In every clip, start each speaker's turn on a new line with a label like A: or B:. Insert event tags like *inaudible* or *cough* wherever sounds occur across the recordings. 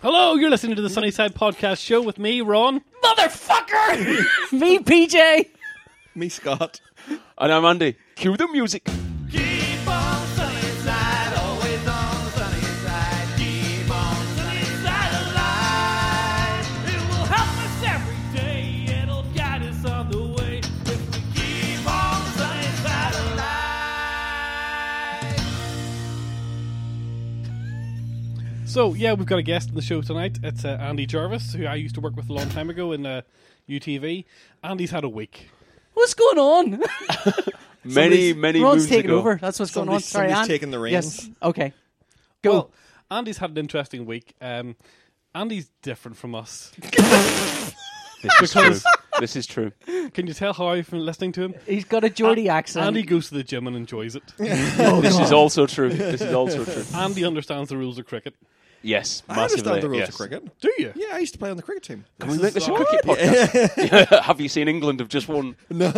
A: Hello, you're listening to the Sunnyside Podcast Show with me, Ron.
B: Motherfucker!
A: *laughs*
C: Me, PJ.
D: Me, Scott.
B: and I'm Andy. Cue the music.
E: Keep on sunny side, always on sunny side. Keep on sunny side alive. It will help us every day. It'll guide us on the way if we keep on sunny side alive.
A: So, yeah, we've got a guest on the show tonight. It's uh, Andy Jarvis, who I used to work with a long time ago in uh, UTV. Andy's had a week.
C: What's going on?
B: Many, many
C: Ron's
B: moons
C: taking
B: ago.
C: over. That's what's going on.
D: Somebody's-
C: Sorry,
D: somebody's
C: Anne.
D: taking the reins.
C: Yes. Okay. Go.
A: Well, Andy's had an interesting week. Um, Andy's different from us.
B: This is true.
A: Because-
B: This is true.
A: Can you tell how I've been listening to him?
C: He's got a Geordie accent.
A: Andy goes to the gym and enjoys it.
B: this is also true. This is also true.
A: Andy understands the rules of cricket.
B: Yes,
D: I
B: massively.
D: understand the rules
B: yes.
D: of cricket.
A: Do you?
D: Yeah, I used to play on the cricket team.
B: Can we make this a cricket podcast? *laughs* Have you seen England have just won?
C: oh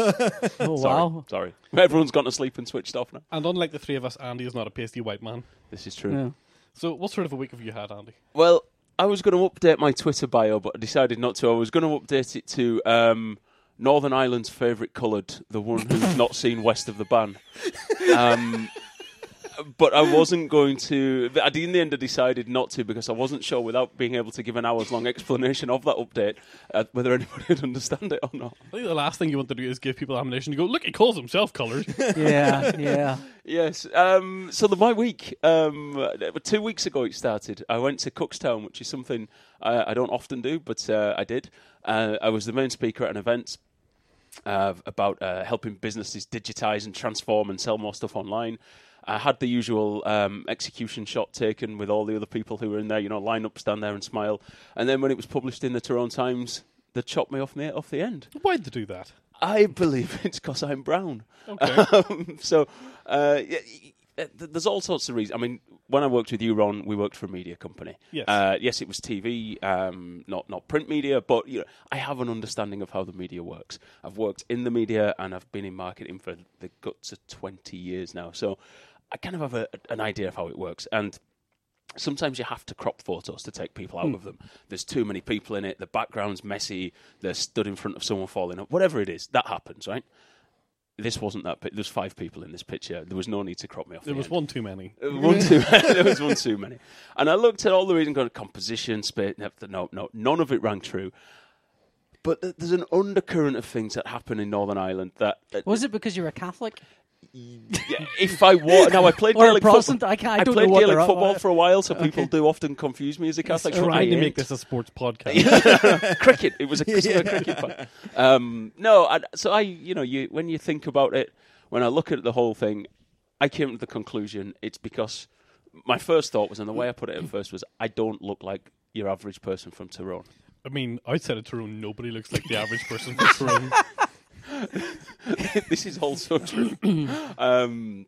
B: Sorry,
C: wow.
B: sorry. *laughs* Everyone's gone to sleep and switched off now.
A: And unlike the three of us, Andy is not a pasty white man.
B: This is true.
C: Yeah.
A: So, what sort of a week have you had, Andy?
B: Well, I was going to update my Twitter bio, but I decided not to. I was going to update it to um, Northern Ireland's favourite coloured, the one who's not seen west of the ban. Um, but I wasn't going to. I did in the end. I decided not to because I wasn't sure without being able to give an hour's long explanation of that update uh, whether anybody would understand it or not.
A: I think the last thing you want to do is give people ammunition to go, look, he calls himself coloured.
C: *laughs* Yeah. Yeah.
B: Yes. Um, so the, my week, um, uh, two weeks ago it started. I went to Cookstown, which is something uh, I don't often do, but uh, I did. Uh, I was the main speaker at an event uh, about uh, helping businesses digitize and transform and sell more stuff online. I had the usual um, execution shot taken with all the other people who were in there, you know, line up, stand there and smile. And then when it was published in the Toronto Times, they chopped me off the, off the end.
A: Why'd they do that?
B: I believe it's because I'm brown.
A: Okay.
B: Um, *laughs* so uh, yeah, y- y- th- there's all sorts of reasons. I mean, when I worked with you, Ron, we worked for a media company.
A: Yes.
B: Uh, yes, it was TV, um, not not print media, but you know, I have an understanding of how the media works. I've worked in the media and I've been in marketing for the guts of 20 years now, so I kind of have a, an idea of how it works. And sometimes you have to crop photos to take people
C: Hmm.
B: out of them. There's too many people in it. The background's messy. They're stood in front of someone falling up. Whatever it is, that happens, right? This wasn't that. Pi- There's five people in this picture. There was no need to crop me off.
A: There
B: the
A: was
B: end.
A: one too many.
B: Uh, one
C: *laughs*
B: too many. there was one too many. And I looked at all the reading, going composition, space. No, no, no, none of it rang true. But th- there's an undercurrent of things that happen in Northern Ireland that, that
C: Was it because you're a Catholic?
B: yeah, if I was now I played
C: Or a
B: Gaelic
C: Protestant,
B: football.
C: I can't- I don't know
B: played
C: what
B: Gaelic
C: they're up-
B: football for a while, so people do often confuse me as a Catholic. so I
A: Trying to
B: ain't.
A: make this a sports
D: *laughs*
A: podcast.
B: cricket. It was a it was a cricket pod. Um, no, I, so I, you know, you when you think about it, when I look at the whole thing, I came to the conclusion it's because my first thought was, and the way I put it at first was, I don't look like your average person from Tyrone.
A: I mean, outside of Tyrone, nobody looks like the average person from
D: *laughs*
A: Tyrone.
B: this is also
C: *clears throat*
B: true. um,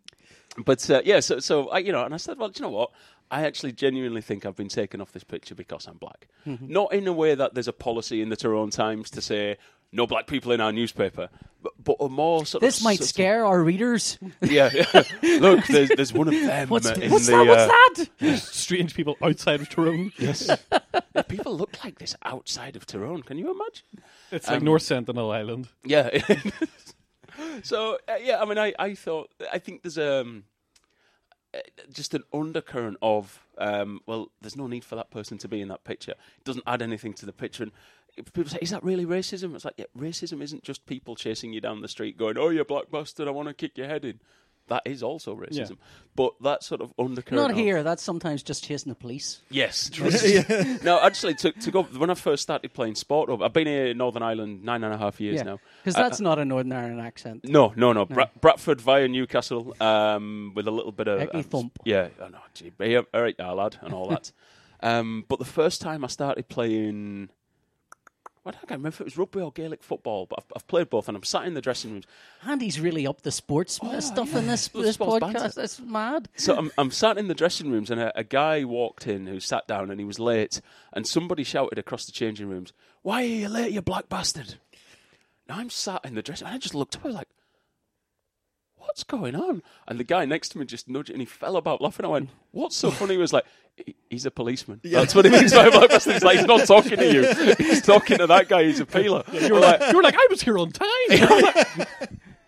B: but uh, yeah, so so I, you know, and I said, well, do you know what? I actually genuinely think I've been taken off this picture because I'm black.
C: Mm-hmm.
B: Not in a way that there's a policy in the Tyrone Times to say no black people in our newspaper, but, but a more sort of
C: This might
B: subtle-
C: scare our readers. *laughs*
B: Yeah, look, there's there's one of them.
C: What's,
B: in
C: what's
B: the,
C: that?
B: uh,
C: What's that?
A: Strange people outside of Tyrone.
B: Yes, people look like this outside of Tyrone. Can you imagine?
A: It's
D: Um,
A: like North Sentinel Island.
B: Yeah. *laughs* so uh, yeah, I mean, I, I thought I think there's um uh, just an undercurrent of um well, there's no need for that person to be in that picture. It doesn't add anything to the picture. And if people say, "Is that really racism?" It's like, yeah, racism isn't just people chasing you down the street going, "Oh, you black bastard, I want to kick your head in." That is also racism, but that sort of undercurrent.
C: Not
B: of-
C: here. That's sometimes just chasing the police.
B: Yes. no, actually, to, to go when I first started playing sport, I've been here in Northern Ireland nine and a half years now. Uh,
C: because
B: I-
C: that's not a Northern Ireland accent.
B: No, no, no. Bra- Bradford via Newcastle um, with a little bit of.
C: Eggy thump.
B: Yeah, I know. Gee, but yeah, all right, ah, lad, and all that. um, but the first time I started playing. I don't remember if it was rugby or Gaelic football, but I've, I've played both and I'm sat in the dressing rooms.
C: Andy's really up the sports stuff in this
B: The
C: this
B: Oh, sports
C: podcast.
B: banter.
C: That's mad.
B: So I'm, I'm sat in the dressing rooms and a, a guy walked in who sat down and he was late and somebody shouted across the changing rooms, Why are you late, you black bastard? Now I'm sat in the dressing and I just looked up, I was like, what's going on? And the guy next to me just nudged and he fell about laughing. I went, what's so funny? He was like, "He- he's a policeman. That's what he means by blacklisting. He's like, he's not talking to you. He's talking to that guy who's a peeler.
A: You were like, you were like, I was here on
D: *laughs*
A: time.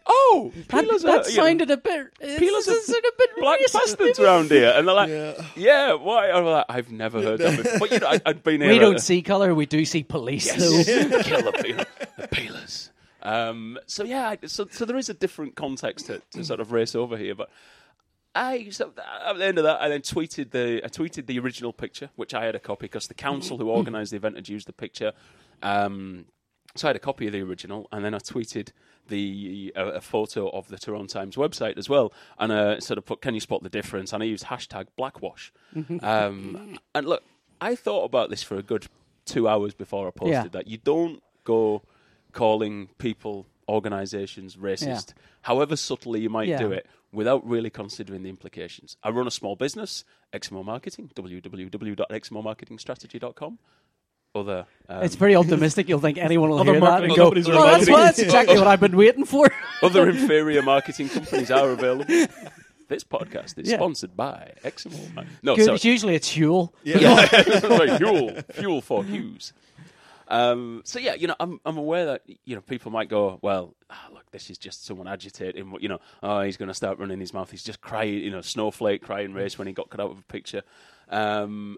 B: oh,
C: That,
B: peelers
C: that
B: are, you know,
C: sounded a bit. Peelers
B: peelers
C: is,
B: are
C: a bit
B: black
C: racist.
B: bastards
C: *laughs*
B: around here. And they're like, yeah,
D: Yeah.
B: why? I'm like, I've never heard that before. But, you know, I, I'd been here.
C: We
B: at
C: don't
B: a-
C: see color. We do see
B: *laughs*
C: police, though.
B: Kill the, peel- the peelers. Um, so yeah, I- so, so there is a different context to, to sort of race over here, but I so at the end of that, I then tweeted the I tweeted the original picture, which I had a copy because the council who organised the event had used the picture. Um, so I had a copy of the original, and then I tweeted the uh, a photo of the Toronto Times website as well, and uh, sort of put, "Can you spot the difference?" And I used hashtag Blackwash. um, and look, I thought about this for a good two hours before I posted
C: Yeah.
B: that. You don't go calling people, organisations racist, however subtly you might
C: Yeah.
B: do it, without really considering the implications. I run a small business, XMO Marketing, www.xmomarketingstrategy.com. Other um,
C: It's very optimistic. You'll think anyone will
A: Other
C: hear that
A: marketing
C: and go,
A: companies are
C: "Well, that's,
A: amazing."
C: what, that's exactly what I've been waiting for."
B: other
C: *laughs*
B: inferior marketing companies are available. This podcast is
C: Yeah.
B: sponsored by XMO. Mar- No,
C: Good,
B: sorry.
C: it's usually it's Huel.
B: *laughs*
C: *laughs*
B: Sorry, fuel, fuel for Hughes. Um, so yeah, you know, I'm I'm aware that you know people might go, well, ah, look, this is just someone agitating. You know, oh, he's going to start running his mouth. He's just crying, you know, snowflake crying race when he got cut out of a picture. Um,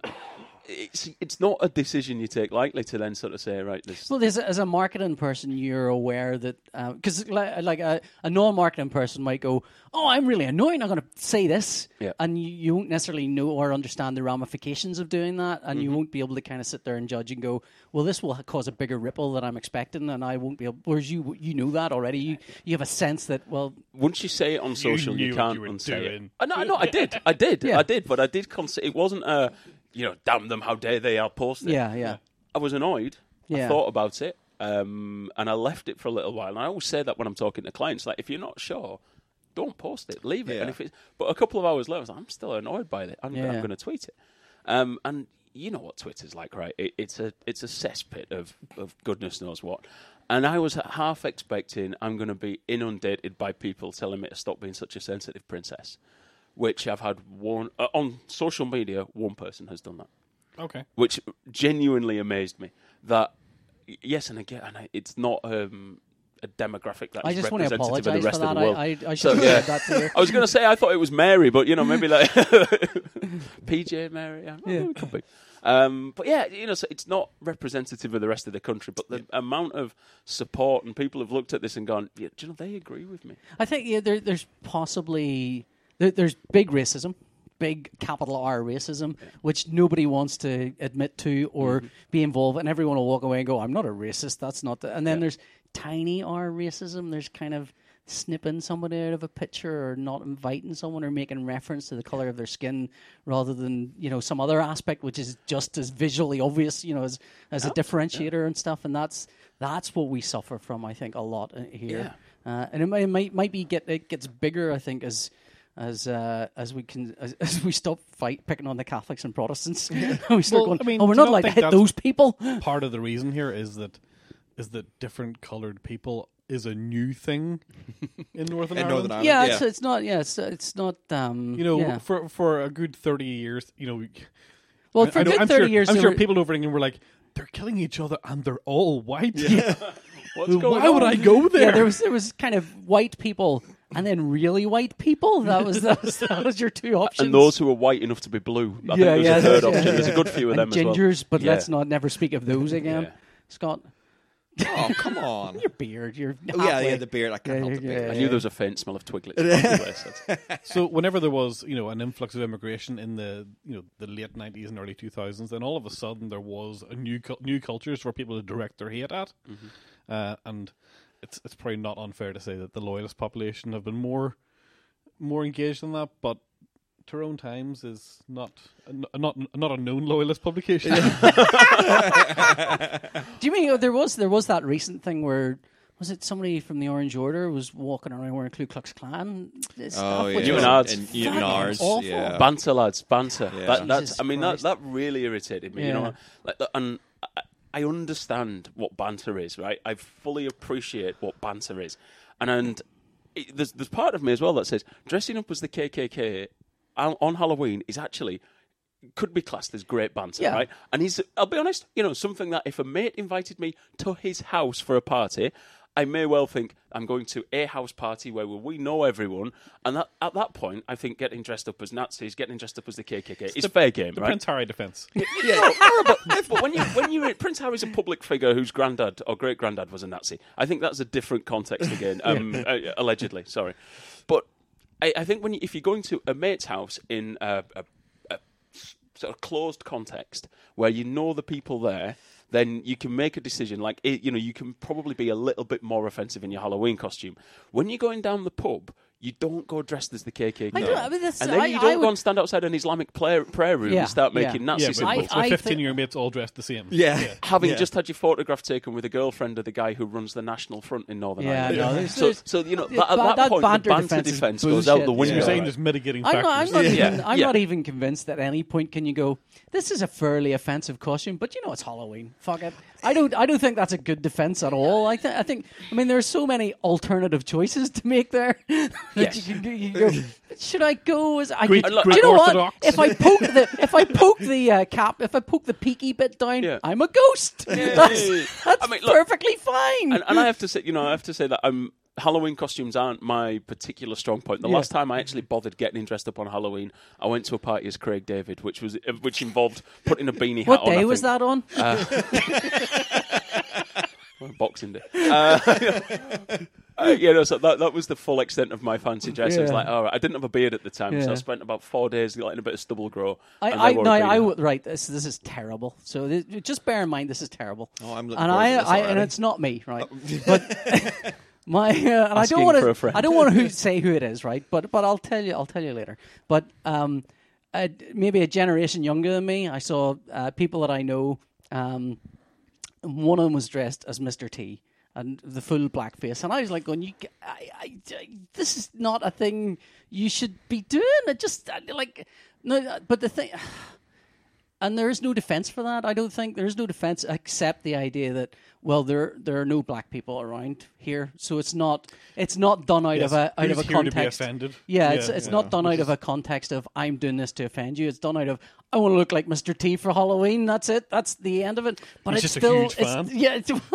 B: it's it's not a decision you take lightly to then sort of say, right, this.
C: Well, there's, as a marketing person, you're aware that because like, like a, a non-marketing person might go, "Oh, I'm really annoying. I'm going to say this,"
B: Yeah.
C: and you, you won't necessarily know or understand the ramifications of doing that, and you won't be able to kind of sit there and judge and go, "Well, this will cause a bigger ripple than I'm expecting," and I won't be able. Whereas you, you know that already. You you have a sense that well,
B: once you say it on social, you,
A: knew what
B: can't
A: you were
B: unsay
A: doing.
B: it. Uh, no, no, I did, I did,
C: Yeah.
B: I did, but I did consider it wasn't a, you know, damn them, how dare they, I'll post it.
C: yeah, yeah.
B: I was annoyed. I
C: Yeah.
B: thought about it, um, and I left it for a little while. And I always say that when I'm talking to clients, like if you're not sure, don't post it, leave it.
D: Yeah.
B: And if it, but a couple of hours later, I was like, I'm still annoyed by it. I'm, I'm
C: Yeah.
B: going to tweet it. Um, and you know what Twitter's like, right? It, it's a it's a cesspit of of goodness knows what. And I was half expecting I'm going to be inundated by people telling me to stop being such a sensitive princess, which I've had one uh, on social media. One person has done that
A: okay.
B: which genuinely amazed me. That y- yes, and again, and I, it's not um, a demographic that
C: I
B: is
C: just want to
B: representative of
C: apologize
B: the
C: for
B: rest of
C: that.
B: the world.
C: I, I,
B: So,
C: I should have
B: yeah.
C: said that to you.
B: I was going to say I thought it was Mary, but you know maybe like *laughs* PJ Mary. Yeah, well,
C: Yeah.
B: it could be. Um, but yeah, you know, so it's not representative of the rest of the country. But the amount of support and people have looked at this and gone, yeah, do you know they agree with me?
C: I think yeah, there, there's possibly there, there's big racism, big capital R racism, which nobody wants to admit to or be involved, and everyone will walk away and go, "I'm not a racist. That's not." The... And then there's tiny R racism. There's kind of snipping somebody out of a picture or not inviting someone or making reference to the color of their skin rather than you know some other aspect which is just as visually obvious you know as as a differentiator and stuff and that's that's what we suffer from i think a lot uh, here
B: Yeah.
C: uh, and it might, it might might be get it gets bigger. I think as as uh, as we can as, *laughs* as we stop fight picking on the Catholics and
A: *laughs*
C: Protestants, and *laughs* we
A: Well,
C: start going.
A: I mean,
C: oh, we're
A: do you
C: not
A: not
C: like to
A: think
C: hit
A: that's- *laughs*
C: those people.
A: Part of the reason here is that is that different coloured people is a new thing
D: *laughs*
A: in Northern
D: In
A: Ireland.
D: Northern Ireland.
C: Yeah, It's, it's not. Yeah, it's, it's not. Um,
A: You know,
C: yeah.
A: for for a good thirty years, you know,
C: well, for
A: I
C: a
A: know-
C: good
A: I'm
C: thirty
A: sure,
C: years,
A: I'm
C: they
A: sure
C: were-
A: people over England were like, they're killing each other and they're all white. *laughs*
B: What's going
A: Why would
B: on?
A: I go there?
C: *laughs* yeah, there was there was kind of white people and then really white people. That was that was, that was your two options.
B: And those who are white enough to be blue. I think
C: Yeah,
B: there's
C: yeah,
B: a third
C: yeah,
B: option.
C: yeah.
B: There's a good few of
C: and
B: them as well.
C: gingers, but
B: Yeah.
C: let's not never speak of those again,
B: Yeah.
C: Scott.
D: *laughs* Oh,
C: *laughs*
D: come on.
C: Your beard, your
D: Oh, yeah,
C: halfway.
D: yeah, the beard. I can't
C: Yeah,
D: help the
C: yeah,
D: beard.
B: I knew there was a faint smell of twiglets. around the place. That's-
A: so whenever there was you know an influx of immigration in the you know the late nineties and early two thousands, then all of a sudden there was a new cul- new cultures for people to direct their hate at, uh, and it's it's probably not unfair to say that the loyalist population have been more more engaged in that, but. Tyrone Times is not a, not not a known loyalist publication.
C: Do you mean oh, there was there was that recent thing where was it somebody from the Orange Order was walking around wearing Ku Klux Klan stuff?
D: Oh, yeah.
C: which
B: You
C: was-
B: and ours.
D: And you and
C: Fucking
D: ours.
C: awful.
D: Yeah.
B: banter, lads, banter.
D: Yeah.
B: That, that's,
C: Jesus
B: I mean, that,
C: Christ.
B: that really irritated me. You
C: Yeah.
B: know, like, the- and I, I understand what banter is, right? I fully appreciate what banter is, and and it, there's there's part of me as well that says dressing up as the KKK on, on Halloween is actually could be classed as great banter,
C: Yeah.
B: right? And he's I'll be honest, you know, something that if a mate invited me to his house for a party. I may well think I'm going to a house party where we know everyone, and that, at that point, I think getting dressed up as Nazis, getting dressed up as the KKK, is fair game, right?
A: *laughs* Prince Harry defense.
B: Yeah, no, horrible. If- but when you when you Prince Harry's a public figure whose granddad or great granddad was a Nazi, I think that's a different context again. Um, uh, allegedly, sorry, but I, I think when you, if you're going to a mate's house in a, a, a sort of closed context where you know the people there. Then you can make a decision. Like it, you know, you can probably be a little bit more offensive in your Halloween costume. When you're going down the pub, you don't go dressed as the KKK,
C: I do- I mean, that's-
B: and then
C: I-
B: you
C: I
B: don't go
C: would-
B: and stand outside an Islamic prayer, prayer room
C: Yeah,
B: and start
C: yeah.
B: making
A: Yeah,
B: Nazi
A: but
B: symbols.
A: with
C: I thi-
A: 15 year mates all dressed the same.
D: Yeah. *laughs*
B: having
D: Yeah.
B: just had your photograph taken with a girlfriend of the guy who runs the National Front in Northern
C: Yeah,
B: Ireland.
C: no, there's-
B: so,
C: there's-
B: so you know,
C: it-
B: that, at
C: ba-
B: that,
C: that
B: point,
C: banter
B: the banter
C: defense is
B: defense goes out the
C: bullshit.
A: So
B: window.
A: you're
C: Yeah.
A: saying
B: right?
A: there's mitigating
C: I'm
A: factors.
C: not, I'm, not
B: Yeah.
C: even, I'm
B: Yeah.
C: not even convinced at any point can you go, this is a fairly offensive costume, but you know it's Halloween. Fuck it. I don't, I don't think that's a good defense at all. I, th- I think, I mean, there's so many alternative choices to make there. *laughs* that
B: Yes.
C: you can- you can go, Should I go as I?
A: Greek-
C: do
B: Greek
C: you know what?
A: Orthodox.
C: If I poke the, if I poke the uh, cap, if I poke the peaky bit down,
B: Yeah.
C: I'm a ghost. That's, that's
B: I mean, look,
C: perfectly fine.
B: and, and I have to say, you know, I have to say that um, Halloween costumes aren't my particular strong point. The last time I actually bothered getting dressed up on Halloween, I went to a party as Craig David, which was uh, which involved putting a beanie
C: what
B: hat on.
C: day
B: I
C: was
B: think.
C: that on?
B: *laughs* Boxing Day. Uh, *laughs* uh, yeah, no, so that, that was the full extent of my fancy dress. It was
C: Yeah.
B: like, all right, I didn't have a beard at the time, so I
C: Yeah.
B: spent about four days letting a bit of stubble grow. and
C: I, I,
B: wore a
C: no,
B: beanie
C: I
B: hat.
C: would right. This, this is terrible. So th- just bear in mind, this is terrible.
D: Oh, I'm looking
C: and
D: forward
C: I,
D: to this
C: I and
D: already. Oh.
C: it's not me, right? *laughs* But my uh, and I
B: Asking
C: don't want
B: for a
C: to.
B: friend.
C: I don't
D: *laughs*
C: want to say who it is, right? But but I'll tell you. I'll tell you later. But um, uh, maybe a generation younger than me, I saw uh, people that I know. Um, one of them was dressed as Mr. T and the full blackface, and I was like, "Going, you, I, I, I- this is not a thing you should be doing." It just I- like no, uh, but the thing, and there is no defense for that. I don't think there is no defense except the idea that well, there there are no black people around here, so it's not it's not done out
A: Yes,
C: of a out
A: who's
C: of a
A: here to be
C: context.
A: offended?
C: Yeah,
A: Yeah,
C: it's it's
A: yeah.
C: not done out of a context of I'm doing this to offend you. It's done out of I want to look like Mr. T for Halloween. That's it. That's the end of it. But
A: He's
C: it's
A: just a
C: still
A: huge
C: it's-
A: fan.
C: yeah, it's, *laughs*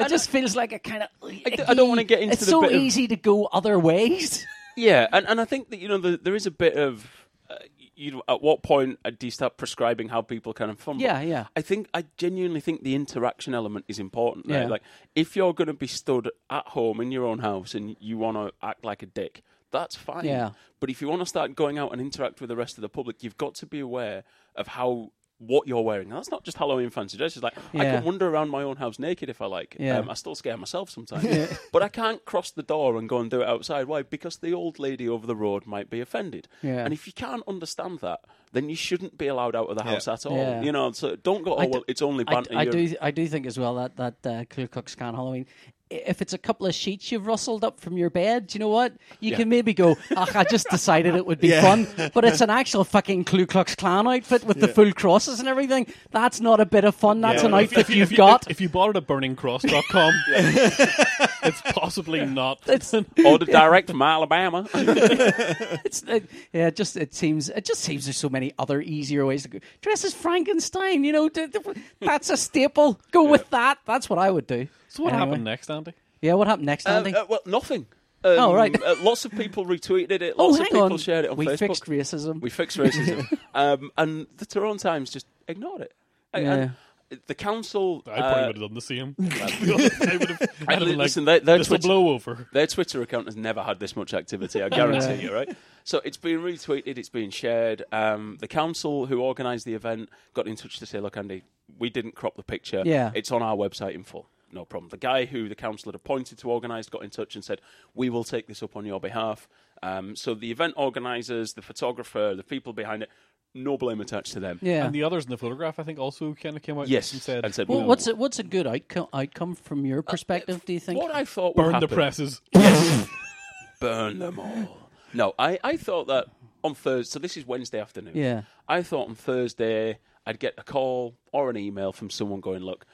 C: it just feels like a kind of. I
B: d- I don't wanna get into
C: It's
B: the
C: so
B: bit of-
C: easy to go other ways. *laughs*
B: Yeah, and, and I think that you know the, there is a bit of uh, you know at what point uh, do you start prescribing how people kind of fumble?
C: Yeah, yeah.
B: I think I genuinely think the interaction element is important. There.
C: Yeah.
B: Like if you're going to be stood at home in your own house and you want to act like a dick, that's fine.
C: Yeah.
B: But if you want to start going out and interact with the rest of the public, you've got to be aware of how. What you're wearing. And That's not just Halloween fancy dress. It's like I
C: Yeah.
B: can wander around my own house naked if I like.
C: Yeah.
B: Um, I still scare myself sometimes. *laughs* But I can't cross the door and go and do it outside. Why? Because the old lady over the road might be offended.
C: Yeah.
B: And if you can't understand that, then you shouldn't be allowed out of the house at all.
C: Yeah.
B: You know, so don't go, oh,
C: I d-
B: well, it's only
C: I,
B: banter.
C: I
B: you're- *laughs*
C: do I do think as well that that uh, clear cut scan Halloween. i- If it's a couple of sheets you've rustled up from your bed, do you know what? You
B: Yeah.
C: can maybe go, Ach, I just decided it would be fun, but
A: *laughs*
C: it's an actual fucking Ku Klux Klan outfit with the full crosses and everything. That's not a bit of fun. That's an
A: Yeah.
C: outfit
A: If you-
C: you've
A: if you-
C: got.
A: If you bought it at
B: *laughs*
A: burningcross.com, *laughs* it's possibly not. *laughs*
C: it's,
B: Order
C: *laughs*
B: direct from Alabama.
C: it's it, yeah, it just it seems it just seems there's so many other easier ways to go. Dress as Frankenstein, you know, d- d- that's a staple. Go with that. That's what I would do.
A: so what
C: Anyway.
A: happened next, Andy?
C: Yeah, what happened next,
B: Uh,
C: Andy?
B: uh, well, nothing.
C: Oh, right.
B: Um, uh, lots of people retweeted it.
C: oh,
B: Lots of
C: hang
B: people
C: on.
B: shared it on
C: we
B: Facebook.
C: fixed racism.
B: We fixed
C: *laughs*
B: racism. um, and the Tyrone Times just ignored it. And- and the council.
A: I probably
B: uh,
A: would have done the
B: *laughs*
A: same. *laughs* I would have. I'd have been
B: listen,
A: like,
B: they- they're
A: this will
B: twit-
A: blow over.
B: Their Twitter account has never had this much
C: *laughs*
B: activity, I guarantee you, right? So it's been retweeted, it's been shared. Um, the council who organised the event got in touch to say, look, Andy, we didn't crop the picture.
C: Yeah.
B: It's on our website in full. No problem. The guy who the council had appointed to organise got in touch and said, we will take this up on your behalf. Um, so the event organisers, the photographer, the people behind it, no blame attached to them.
C: Yeah.
A: And the others in the photograph, I think, also kind of came out
B: Yes.
A: and said,
B: and said
C: well,
B: "No."
C: what's a, what's a good outcome outcome from your perspective? Do you think?
B: Uh, What I thought would
A: burn the
B: happen-
C: *laughs*
A: presses.
B: burn them all. No, I, I thought that on Thursday, so this is Wednesday afternoon.
C: Yeah.
B: I thought on Thursday I'd get a call or an email from someone going, look,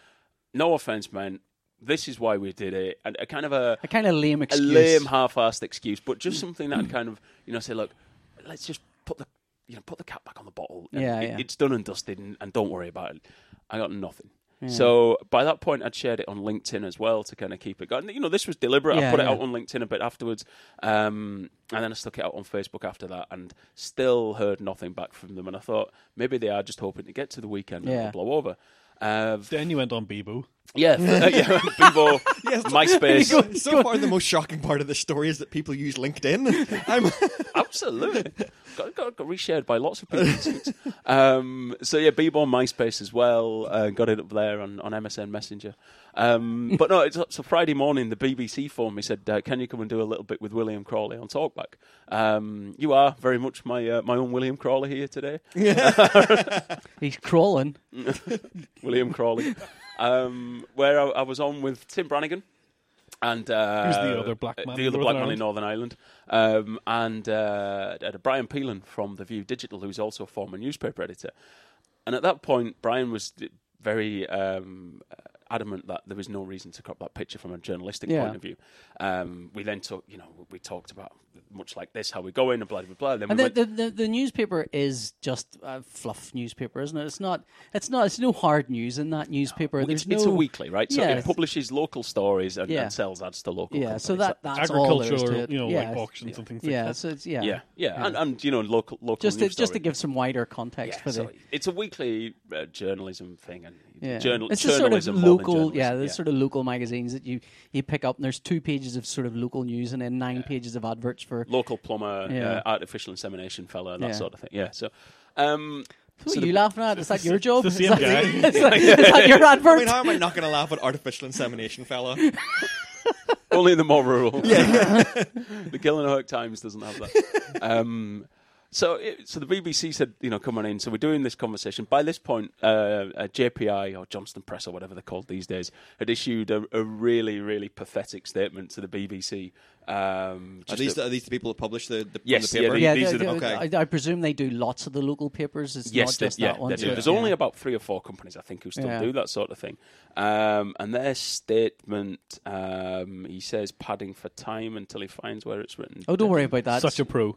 B: no offense, man, this is why we did it, and a kind of a
C: A kind of lame
B: a
C: excuse.
B: lame, half-assed excuse, but just something that kind of you know say, look, let's just put the you know put the cap back on the bottle. and
C: Yeah,
B: it-
C: yeah.
B: it's done and dusted, and, and don't worry about it. I got nothing. So by that point, I'd shared it on LinkedIn as well to kind of keep it going. You know, this was deliberate. I
C: Yeah,
B: put it
C: yeah.
B: out on LinkedIn a bit afterwards, um, and then I stuck it out on Facebook after that, and still heard nothing back from them. And I thought maybe they are just hoping to get to the weekend and
C: Yeah.
B: it'll blow over.
C: *laughs*
B: Uh, *laughs*
A: Then you went on Bebo.
B: *laughs* yeah, uh, yeah, Bebo,
C: *laughs*
B: MySpace,
D: So far, the most shocking part of the story is that people use LinkedIn. I'm
B: Absolutely. got, got, got reshared by lots of people. since. um, so yeah, Bebo on MySpace as well. Uh, got it up there on, on MSN Messenger. Um, but no, it's, so Friday morning, the BBC phoned me said, uh, "Can you come and do a little bit with William Crawley on Talkback?" Um, you are very much my uh, my own William Crawley here today,
C: He's crawling.
B: Mm, William
C: *laughs*
B: Crawley, um, where I, I was on with Tim Brannigan. And uh,
A: Who's the other black man
B: The
A: in
B: other
A: Northern
B: black man in
A: Ireland?
B: Northern Ireland, um, and uh, uh, Brian Peelan from The View Digital, who's also a former newspaper editor. And at that point, Brian was d- very um, adamant that there was no reason to crop that picture from a journalistic
C: Yeah.
B: point of view. Um, we then took, you know, we talked about much like this, how we go in and blah blah blah. Then
C: And
B: we
C: the,
B: went,
C: the, the, the newspaper is just a fluff newspaper, isn't it? It's not. It's not. It's no hard news in that newspaper.
B: it's,
C: There's no,
B: it's a weekly, right? So
C: Yeah,
B: it
C: it's-
B: publishes local stories and,
C: Yeah.
B: and sells ads to local.
C: Yeah. So
B: companies.
C: that that's all there is to
A: Agricultural,
C: it.
A: you know,
C: yeah,
A: like
C: it's-
A: auctions and things like
C: Yeah.
A: that.
C: So it's yeah.
B: yeah, yeah, And, and you know, local local
C: Just to,
B: news
C: just to
B: story.
C: give some wider context for the.
B: so it's a weekly uh, journalism thing, and
C: Yeah.
B: journal-
C: it's just sort of
B: journalism more than
C: local, yeah.
B: journalism,
C: There's sort of local magazines that you you pick up, and there's two pages of sort of local news, and then nine pages of adverts for.
B: local plumber,
C: Yeah.
B: uh, artificial insemination fella, that
C: Yeah.
B: sort of thing. Yeah. So, um,
C: Who are you laughing at? Is that your job?
A: It's the
C: is,
A: same
C: that, *laughs*
A: guy.
C: is that- is that your
D: I
C: advert?
D: mean, how am I not going to laugh at artificial insemination, fella?
B: *laughs* only the more rural. Yeah. *laughs* the Gillinoak Times doesn't have that. Um, so, it, so the BBC said, you know, come on in. So we're doing this conversation. By this point, uh, uh, JPI or Johnston Press or whatever they're called these days had issued a, a really, really pathetic statement to the BBC. Um,
D: Are
B: just
D: these,
B: a-
D: the, are these the people that publish the, the,
B: Yes,
D: from the paper?
B: yeah,
C: yeah,
B: these
C: they-
B: are the-
D: okay.
C: I, I presume they do lots of the local papers. It's
B: Yes,
C: not
B: they-
C: just
B: yeah,
C: that one.
B: they do.
C: too.
B: There's
C: Yeah.
B: only about three or four companies I think who still
C: Yeah.
B: do that sort of thing. Um, and their statement, um, he says, padding for time until he finds where it's written.
C: Oh, don't worry about that.
A: Such a
C: *laughs*
A: pro.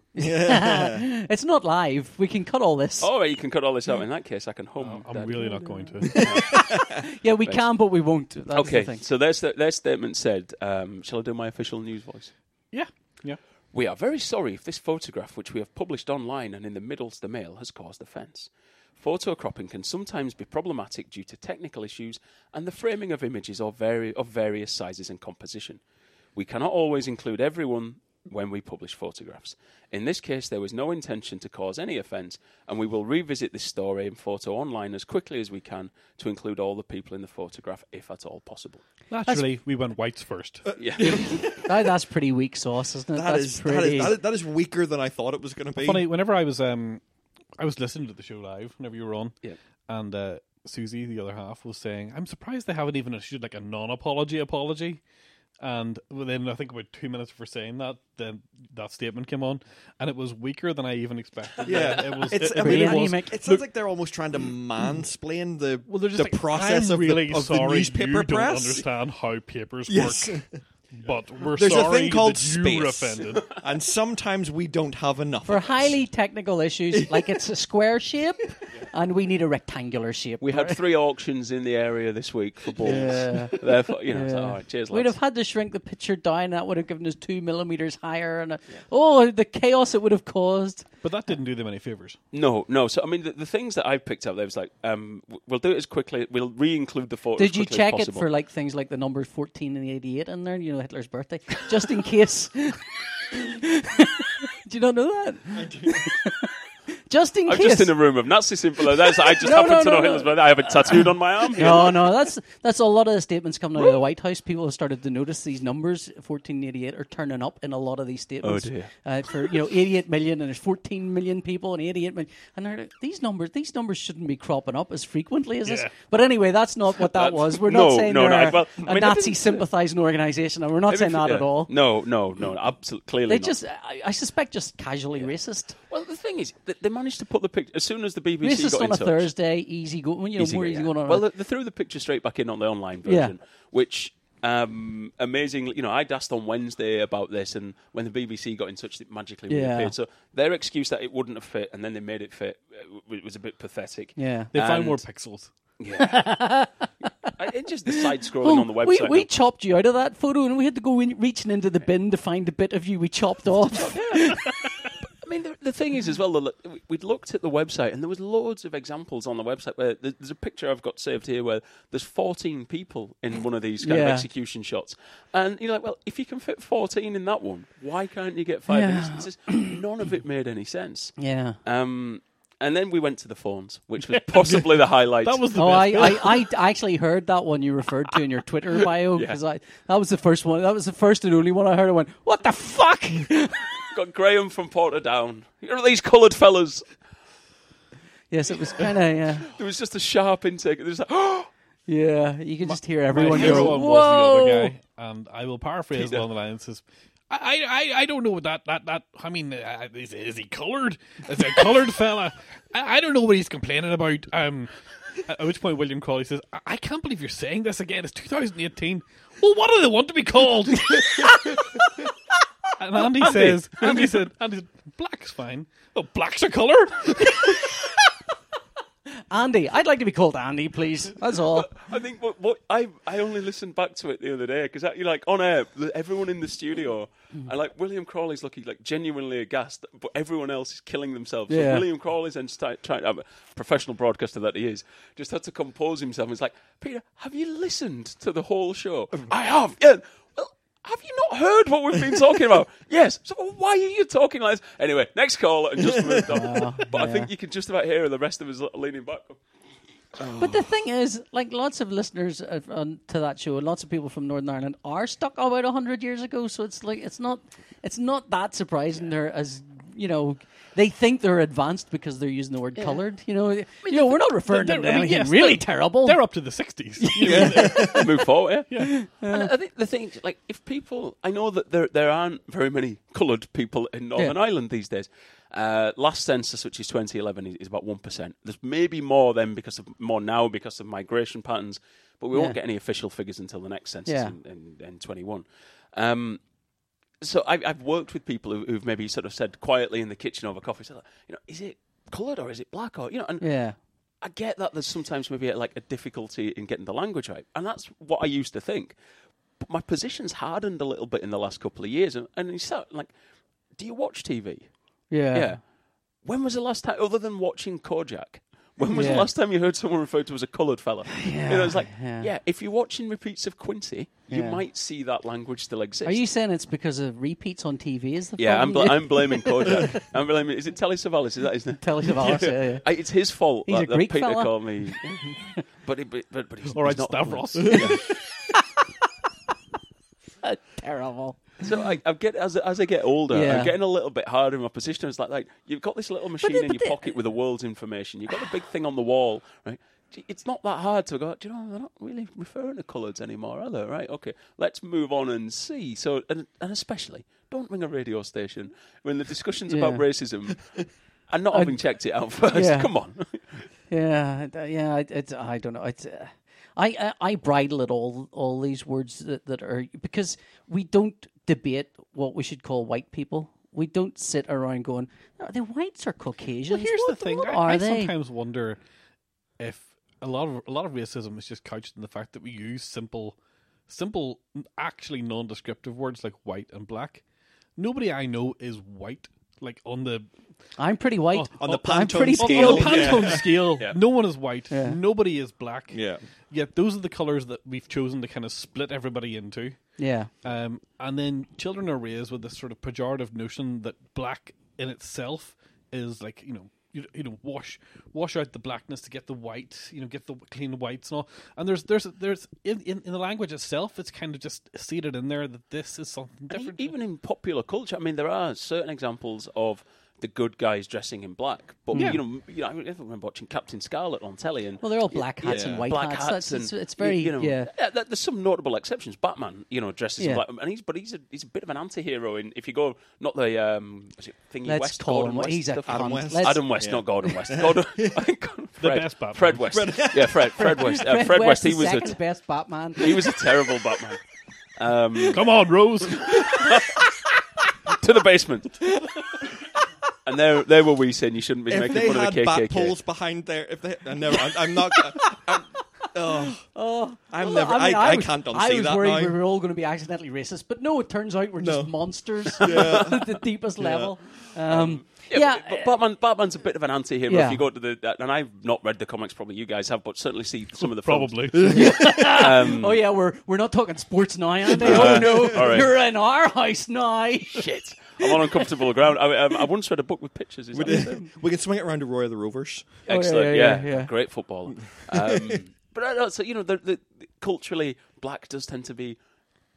C: It's not live. We can cut all this.
B: Oh, right, you can cut all this out. In that case, I can home.
A: Oh, I'm
B: that.
A: really not going
C: *laughs*
A: to.
C: yeah, we can, but we won't. That's the
B: Okay,
C: thing.
B: so their, sta- their statement said, um, shall I do my official news voice?
A: yeah, yeah.
B: We are very sorry if this photograph, which we have published online and in the middle to the mail, has caused offence. Photocropping can sometimes be problematic due to technical issues and the framing of images of, vari- of various sizes and composition. We cannot always include everyone when we publish photographs. In this case, there was no intention to cause any offence, and we will revisit this story and photo online as quickly as we can to include all the people in the photograph if at all possible.
A: Naturally, we went whites first.
C: That- that's pretty weak sauce, isn't it?
D: That
C: that's
D: is- that,
C: pretty.
D: is, that, is, that is weaker than I thought it was going to be.
A: Funny, whenever I was um, I was listening to the show live whenever you were on,
B: Yeah.
A: and uh, Susie, the other half, was saying, "I'm surprised they haven't even issued like a non-apology apology." And then I think about two minutes for saying that, then that statement came on, and it was weaker than I even expected.
D: Yeah.
A: it was.
D: It's-
A: it,
D: I
A: it
D: mean,
A: really
D: it's-
A: was.
D: It sounds like they're almost trying to mansplain the,
A: Well, they're just
D: the
A: like,
D: process
A: I'm
D: of,
A: really
D: the, of
A: sorry
D: the newspaper
A: you
D: press.
A: don't understand how papers
D: Yes.
A: work, *laughs* but we're
D: There's
A: sorry
D: a thing called
A: that you were
D: space.
A: offended.
D: *laughs* and sometimes we don't have enough.
C: For
D: of it.
C: highly technical issues, like it's a square shape, and we need a rectangular shape.
B: We had three auctions in the area this week for balls.
C: Yeah.
B: *laughs* Therefore, you know, it's like,
C: Yeah.
B: all right, cheers, lads.
C: We'd have had to shrink the picture down. That would have given us two millimeters higher, and uh oh, the chaos it would have caused.
A: But that didn't do them any favors.
B: No, no. So I mean, the, the things that I've picked up there was like, um, w- we'll do it as quickly. We'll re-include the photos.
C: Did you
B: quickly as
C: check it
B: possible.
C: for like things like the numbers fourteen and eighty-eight in there? You know, Hitler's birthday, just in
B: *laughs*
C: case. *laughs* Do you not know that? I do. *laughs* just in
B: I'm
C: case.
B: just in a room of Nazi symbols. That's I just
C: *laughs* No,
B: happen
C: no,
B: to
C: no,
B: know
C: no.
B: Hitler's birthday. I have it tattooed on my
C: *laughs*
B: arm. *laughs*
C: no, no, that's that's a lot of the statements coming out of the White House. People have started to notice these numbers, fourteen eighty eight, are turning up in a lot of these statements.
B: Oh, dear.
C: Uh, for you know, eighty eight million, and there's fourteen million people, and eighty eight million, and they're like, these numbers, these numbers shouldn't be cropping up as frequently as this.
A: Yeah.
C: But anyway, that's not what that
B: That's-
C: was. We're
B: no,
C: not saying
B: no, no,
C: they're
B: I-
C: a-
B: well,
C: a
B: I mean, I
C: Nazi
B: didn't-
C: sympathising organisation, and we're not
B: Maybe
C: saying
B: for-
C: that
B: yeah.
C: at all.
B: No, no, no. Absolutely, clearly
C: They
B: not.
C: just, I, I suspect, just casually racist.
B: Well, the thing is, that they managed to put the picture as soon as the BBC
C: Racist
B: got in
C: on a
B: touch.
C: Thursday, easy going. You know,
B: Easy
C: more
B: going,
C: easy
B: yeah.
C: going on. a-
B: Well, they, they threw the picture straight back in on the online version,
C: Yeah.
B: which Um, amazingly, you know, I'd asked on Wednesday about this, and when the BBC got in touch, it magically
C: Yeah.
B: reappeared. So their excuse that it wouldn't have fit, and then they made it fit, uh, w- was a bit pathetic.
C: Yeah.
A: They find
B: And-
A: more pixels.
B: Yeah. I- it just the side scrolling
C: Oh,
B: on the website.
C: we, we
B: now.
C: chopped you out of that photo and we had to go in, reaching into the bin to find the bit of you we chopped *laughs* off.
B: I mean, the, the thing is, as well, the, lo- we'd looked at the website and there was loads of examples on the website where there- there's a picture I've got saved here where there's 14 people in one of these kind of
C: Yeah.
B: execution shots. And you're like, well, if you can fit 14 in that one, why can't you get five
C: Yeah.
B: instances? None of it made any sense.
C: yeah.
B: Um, and then we went to the phones,
C: *laughs*
B: which was possibly the highlight.
A: That was the
C: Oh,
A: best.
C: I, *laughs* I, I actually heard that one you referred to in your *laughs* Twitter bio
B: Yeah.
C: because I that was the first one. That was the first and only one I heard. I went, "What the fuck?"
B: got Graham from Portadown. Here are these coloured fellas.
C: *laughs* yes, it was kind of yeah,
B: There was just a sharp intake. There was like, *gasps* oh,
C: yeah. You could just hear
A: My
C: everyone
A: favorite
C: go,
A: one
C: "Whoa!"
A: was the other guy, and I will paraphrase along the lines. Says, I, I, I- I don't know what that, that, that I mean, uh, is, is he coloured? Is he a coloured *laughs* fella? I, I don't know what he's complaining about. Um, at which point William Crawley says, I, I can't believe you're saying this again. It's 2018. Well, what do they want to be called? *laughs* and Andy, says, Andy said, Andy said, black's fine. Oh, black's a colour? *laughs*
C: Andy, I'd like to be called Andy, please. That's all.
B: I think what, what I I only listened back to it the other day because you're like on air, the- everyone in the studio, and like William Crawley's looking like genuinely aghast, but everyone else is killing themselves. So
C: Yeah.
B: William Crawley's and trying to have a professional broadcaster that he is, just had to compose himself. He's like, Peter, have you listened to the whole show? I have. Yeah. Well, have you not heard what we've been talking about? *laughs* yes. So why are you talking like this? Anyway, next call and just moved on. but I think you can just about hear the rest of us leaning back.
C: But the thing is, like lots of listeners uh, on, to that show, and lots of people from Northern Ireland are stuck about hundred years ago. So it's like it's not it's not that surprising. They're as you know, they think they're advanced because they're using the word coloured. You know, you know, we're not referring to
A: they're-
C: them
A: I mean,
C: anything
A: yes,
C: really terrible.
A: They're up to the 60s. You know,
B: move forward. Yeah. And I think the thing, is, like, if people, I know that there there aren't very many coloured people in Northern
C: Yeah.
B: Ireland these days. Uh, last census, which is 2011, is, is about one percent. There's maybe more then because of more now because of migration patterns, but we
C: Yeah.
B: won't get any official figures until the next census
C: Yeah.
B: in, in, in 21. Um, so I, I've worked with people who, who've maybe sort of said quietly in the kitchen over coffee, so like, you know, is it coloured or is it black or you know, and
C: yeah,
B: I get that there's sometimes maybe uh, like a difficulty in getting the language right, and that's what I used to think. But my position's hardened a little bit in the last couple of years, and, and you start like, do you watch TV?
C: yeah,
B: yeah. When was the last time, other than watching Kojak? When was
C: Yeah.
B: the last time you heard *laughs* someone referred to as a coloured fella? you know, it's like,
C: yeah.
B: yeah. if you're watching repeats of Quincy, you
C: Yeah.
B: might see that language still exists.
C: Are you saying it's because of repeats on TV? Is the
B: yeah, I'm,
C: problem?
B: bl-
C: *laughs*
B: I'm blaming Kojak. I'm blaming. Is it Telly Savalas? Is that his name?
C: Telly
A: *laughs*
C: Savalas, yeah, yeah.
B: I- It's his fault
C: He's
B: that,
C: a
B: that
C: Greek
B: Peter
C: fella.
B: called
C: *laughs*
B: me. but, it, but but but he's
A: All right,
B: he's not
A: Stavros.
C: terrible.
B: *laughs* So I, I get as as I get older,
C: Yeah.
B: I'm getting a little bit harder in my position. It's like like you've got this little machine
C: the-
B: in
C: but
B: your
C: the-
B: pocket with the world's information. You've got the big thing on the wall, right? Gee, It's not that hard to go. Do you know they're not really referring to colours anymore, are they? Right? Okay, let's move on and see. So and and especially don't ring a radio station when the discussions about
C: Yeah.
B: racism.
C: *laughs*
B: And not having checked it out first.
C: Yeah.
B: Come on.
C: *laughs* Yeah, it- uh, yeah. it- It's I don't know. It's uh, I, I I bridle at all all these words that, that are because we don't debate what we should call white people. We don't sit around going, are they whites or Caucasians?
A: Well, here's
C: What-
A: the thing.
C: what
A: I,
C: are
A: I
C: they?
A: sometimes wonder if a lot of a lot of racism is just couched in the fact that we use simple, simple, actually non-descriptive words like white and black. Nobody I know is white. Like on the
C: I'm pretty white. Oh,
D: On the
C: I'm pretty
A: on,
D: Pantone scale.
A: on the Pantone *laughs* scale,
B: Yeah.
A: no one is white.
C: Yeah.
A: Nobody is black.
D: Yeah.
A: Yet those are the colors that we've chosen to kind of split everybody into.
C: yeah,
A: Um, and then children are raised with this sort of pejorative notion that black in itself is like you know you, you know wash wash out the blackness to get the white you know get the clean whites and all. And there's there's there's in in, in the language itself, it's kind of just seated in there that this is something
B: And e-
A: different.
B: even in popular culture, I mean, there are certain examples of the good guys dressing in black. But
A: Yeah.
B: you know, you know, I remember watching Captain Scarlet on telly, and
C: Well, they're all black hats
D: Yeah.
C: and white
B: black
C: hats.
B: hats,
C: That's,
B: and
C: it's, it's very
B: you know,
C: yeah.
B: there- There's some notable exceptions. Batman, you know, dresses in
C: Yeah.
B: black, and he's but he's a he's a bit of an anti-hero In if you go not the um, was it thingy
C: Let's
B: West,
C: call
B: Gordon
C: him what
B: West,
C: he's a
B: the-
D: Adam
C: cunt.
D: West.
C: Let's-
B: Adam West, not Gordon West.
C: *laughs*
B: Gordon, *laughs* Fred,
A: best Batman.
B: Fred West. Yeah, Fred. Fred West. Uh, Fred West. He
C: the
B: was a
C: second best Batman.
B: he
C: *laughs*
B: was a terrible Batman. Um,
A: Come on, *laughs* Rose.
B: to the basement. And there, there were we saying you shouldn't be
D: If
B: making
D: they
B: fun of
D: had
B: the
D: bat
B: KKK.
D: poles behind there, if they, uh, never, I'm, I'm not. I'm, oh, I'm never. I,
C: mean,
D: I,
C: was-
D: can't unsee
C: I was
D: that
C: worried
D: now.
C: we were all going to be accidentally racist, but no, it turns out we're just
D: No. *laughs*
C: monsters *laughs* at the deepest level. Um, yeah,
B: but Batman, Batman's a bit of an anti-hero.
C: Yeah.
B: If you go to the, uh, and I've not read the comics, probably you guys have, but certainly see some of the films.
A: Probably.
C: oh yeah, we're we're not talking sports now, Andy. oh
D: *laughs*
C: no,
B: all right.
C: you're in our house now. *laughs*
B: Shit, I'm on uncomfortable ground. I, um, I once read a book with pictures. Is that the same?
D: *laughs* we can swing it around to Roy of the Rovers.
B: Excellent,
C: Oh,
B: yeah,
C: yeah, yeah, yeah.
B: great footballer.
C: *laughs*
B: Um, but I know, so you know, the, the, the- culturally, black does tend to be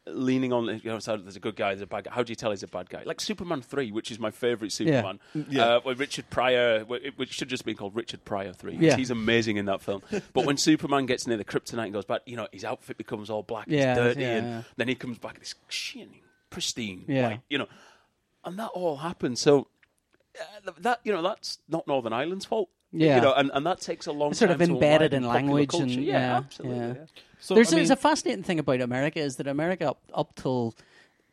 B: leaning on. You know, so there's a good guy, there's a bad guy. How do you tell he's a bad guy? Like Superman three, which is my favourite Superman.
C: Mm,
D: Yeah.
B: Uh, where Richard Pryor, wh- it- which should just be called Richard Pryor three. 'cause
C: Yeah.
B: he's amazing in that film. But when Superman gets near the kryptonite and goes back, you know, his outfit becomes all black,
C: Yeah,
B: it's dirty,
C: yeah,
B: and
C: yeah.
B: then he comes back this shining, pristine,
C: Yeah.
B: white, you know, and that all happened. So. Uh, that you know that's not Northern Ireland's fault.
C: Yeah.
B: you know, and, and that takes a long
C: It's sort
B: time
C: of
B: to
C: embedded
B: align
C: in
B: popular
C: language
B: culture.
C: and-
B: yeah,
C: yeah,
B: absolutely.
C: yeah.
B: yeah.
A: So,
C: There's,
A: I mean,
C: there's a fascinating thing about America is that America up, up till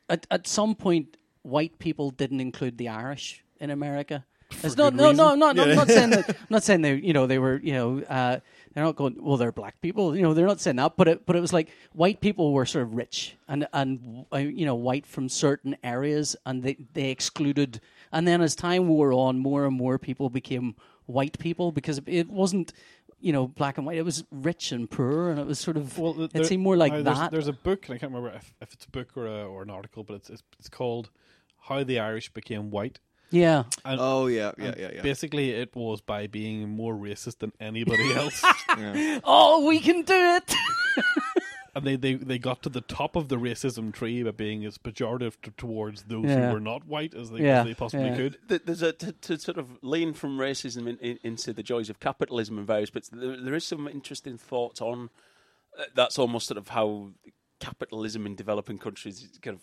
C: at, at some point white people didn't include the Irish in America. It's not, no, no, no, no, I'm not saying that. I'm *laughs* not saying they, you know, they were, you know, uh, they're not going. Well, they're black people, you know, they're not saying that. But it, but it was like white people were sort of rich and and uh, you know white from certain areas, and they they excluded. And then as time wore on, more and more people became white people because it wasn't, you know, black and white. It was rich and poor, and it was sort of
A: well,
C: it
A: there-
C: seemed more like
A: uh, there's,
C: that.
A: There's a book, and I can't remember if, if it's a book or, a, or an article, but it's, it's it's called "How the Irish Became White."
C: yeah,
A: And
D: Oh yeah, yeah, yeah, yeah.
A: basically, it was by being more racist than anybody *laughs* else,
C: *laughs* oh, we can do *laughs* it.
A: and they, they they got to the top of the racism tree by being as pejorative t- towards those
C: Yeah.
A: who were not white as they,
C: Yeah,
A: as they possibly
C: yeah.
A: could.
B: Th- There's a to, to sort of lean from racism in, in, into the joys of capitalism and various bits. There, there is some interesting thoughts on uh, that's almost sort of how capitalism in developing countries is kind of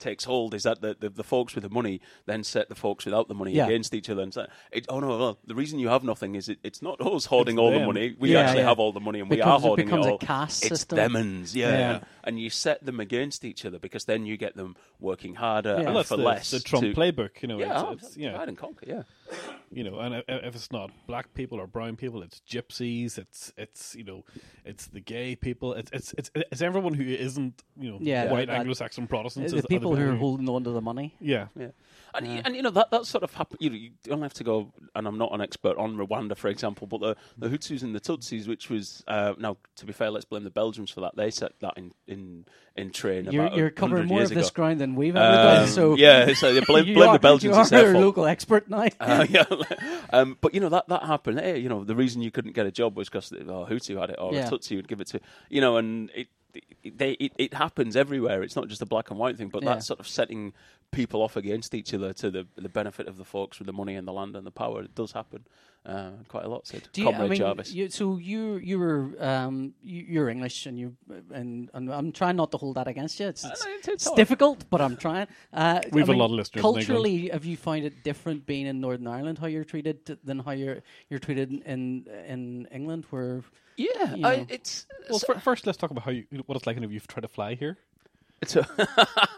B: takes hold. Is that the, the, the folks with the money then set the folks without the money
C: Yeah.
B: against each other? And so it, oh no, well, the reason you have nothing is it, it's not us hoarding
A: It's
B: all the
A: them.
B: money. We
C: Yeah,
B: actually
C: yeah.
B: have all the money and we are
C: Becomes- it
B: hoarding
C: becomes a
B: all.
C: caste
B: it's
C: system.
B: them Lemons, yeah.
C: Yeah.
B: And you set them against each other because then you get them working harder
C: Yeah.
B: and
A: And that's
B: for
A: the,
B: less.
A: the Trump
B: to-
A: playbook, you know.
B: Yeah, oh,
A: it's, it's,
B: yeah.
A: yeah.
B: Divide and conquer, yeah.
A: you know, and i- if it's not black people or brown people, it's gypsies, it's it's you know, it's the gay people, it's it's it's, it's everyone who isn't you know
C: Yeah,
A: white
C: that-
A: Anglo-Saxon Protestants.
C: the
A: is- are
C: people who are
A: people
C: holding on to the money.
A: yeah,
B: Yeah. And, y and you know that that sort of happen. You, know, you don't have to go. And I'm not an expert on Rwanda, for example, but the, the Hutus and the Tutsis, which was uh, now to be fair, let's blame the Belgians for that. They set that in in in train.
C: You're,
B: about
C: you're
B: 100
C: covering more
B: years
C: of this
B: ago.
C: ground than we've ever done.
B: Um,
C: So
B: yeah, so yeah, blame,
C: *laughs* you
B: blame
C: are,
B: the Belgians.
C: You
B: it's their
C: are our
B: fault.
C: local expert now.
B: Uh, yeah, *laughs* um, but you know that that happened. Eh, you know the reason you couldn't get a job was because oh, Hutu had it or
C: Yeah.
B: a Tutsi would give it to you know, and it it, they, it it happens everywhere. It's not just a black and white thing, but
C: Yeah.
B: that sort of setting people off against each other to the the benefit of the folks with the money and the land and the power. It does happen uh, quite a lot. Sid,
C: *laughs* Do you,
B: Comrade
C: I mean,
B: Jarvis.
C: You, so you you were um, you, you're English, and you and, and I'm trying not to hold that against you. It's,
A: Uh,
C: it's,
B: it's- it's
C: it's
B: hard.
C: difficult, but I'm trying. Uh,
A: *laughs* We've
C: I
A: a
C: mean,
A: lot of listeners in England.
C: Culturally, have you found it different being in Northern Ireland how you're treated t- than how you're you're treated in in England? Where
B: yeah,
C: you know.
B: I, it's
A: Well, fir- first let's talk about how you you know, what it's like you know, if you've tried to fly here.
B: So, *laughs*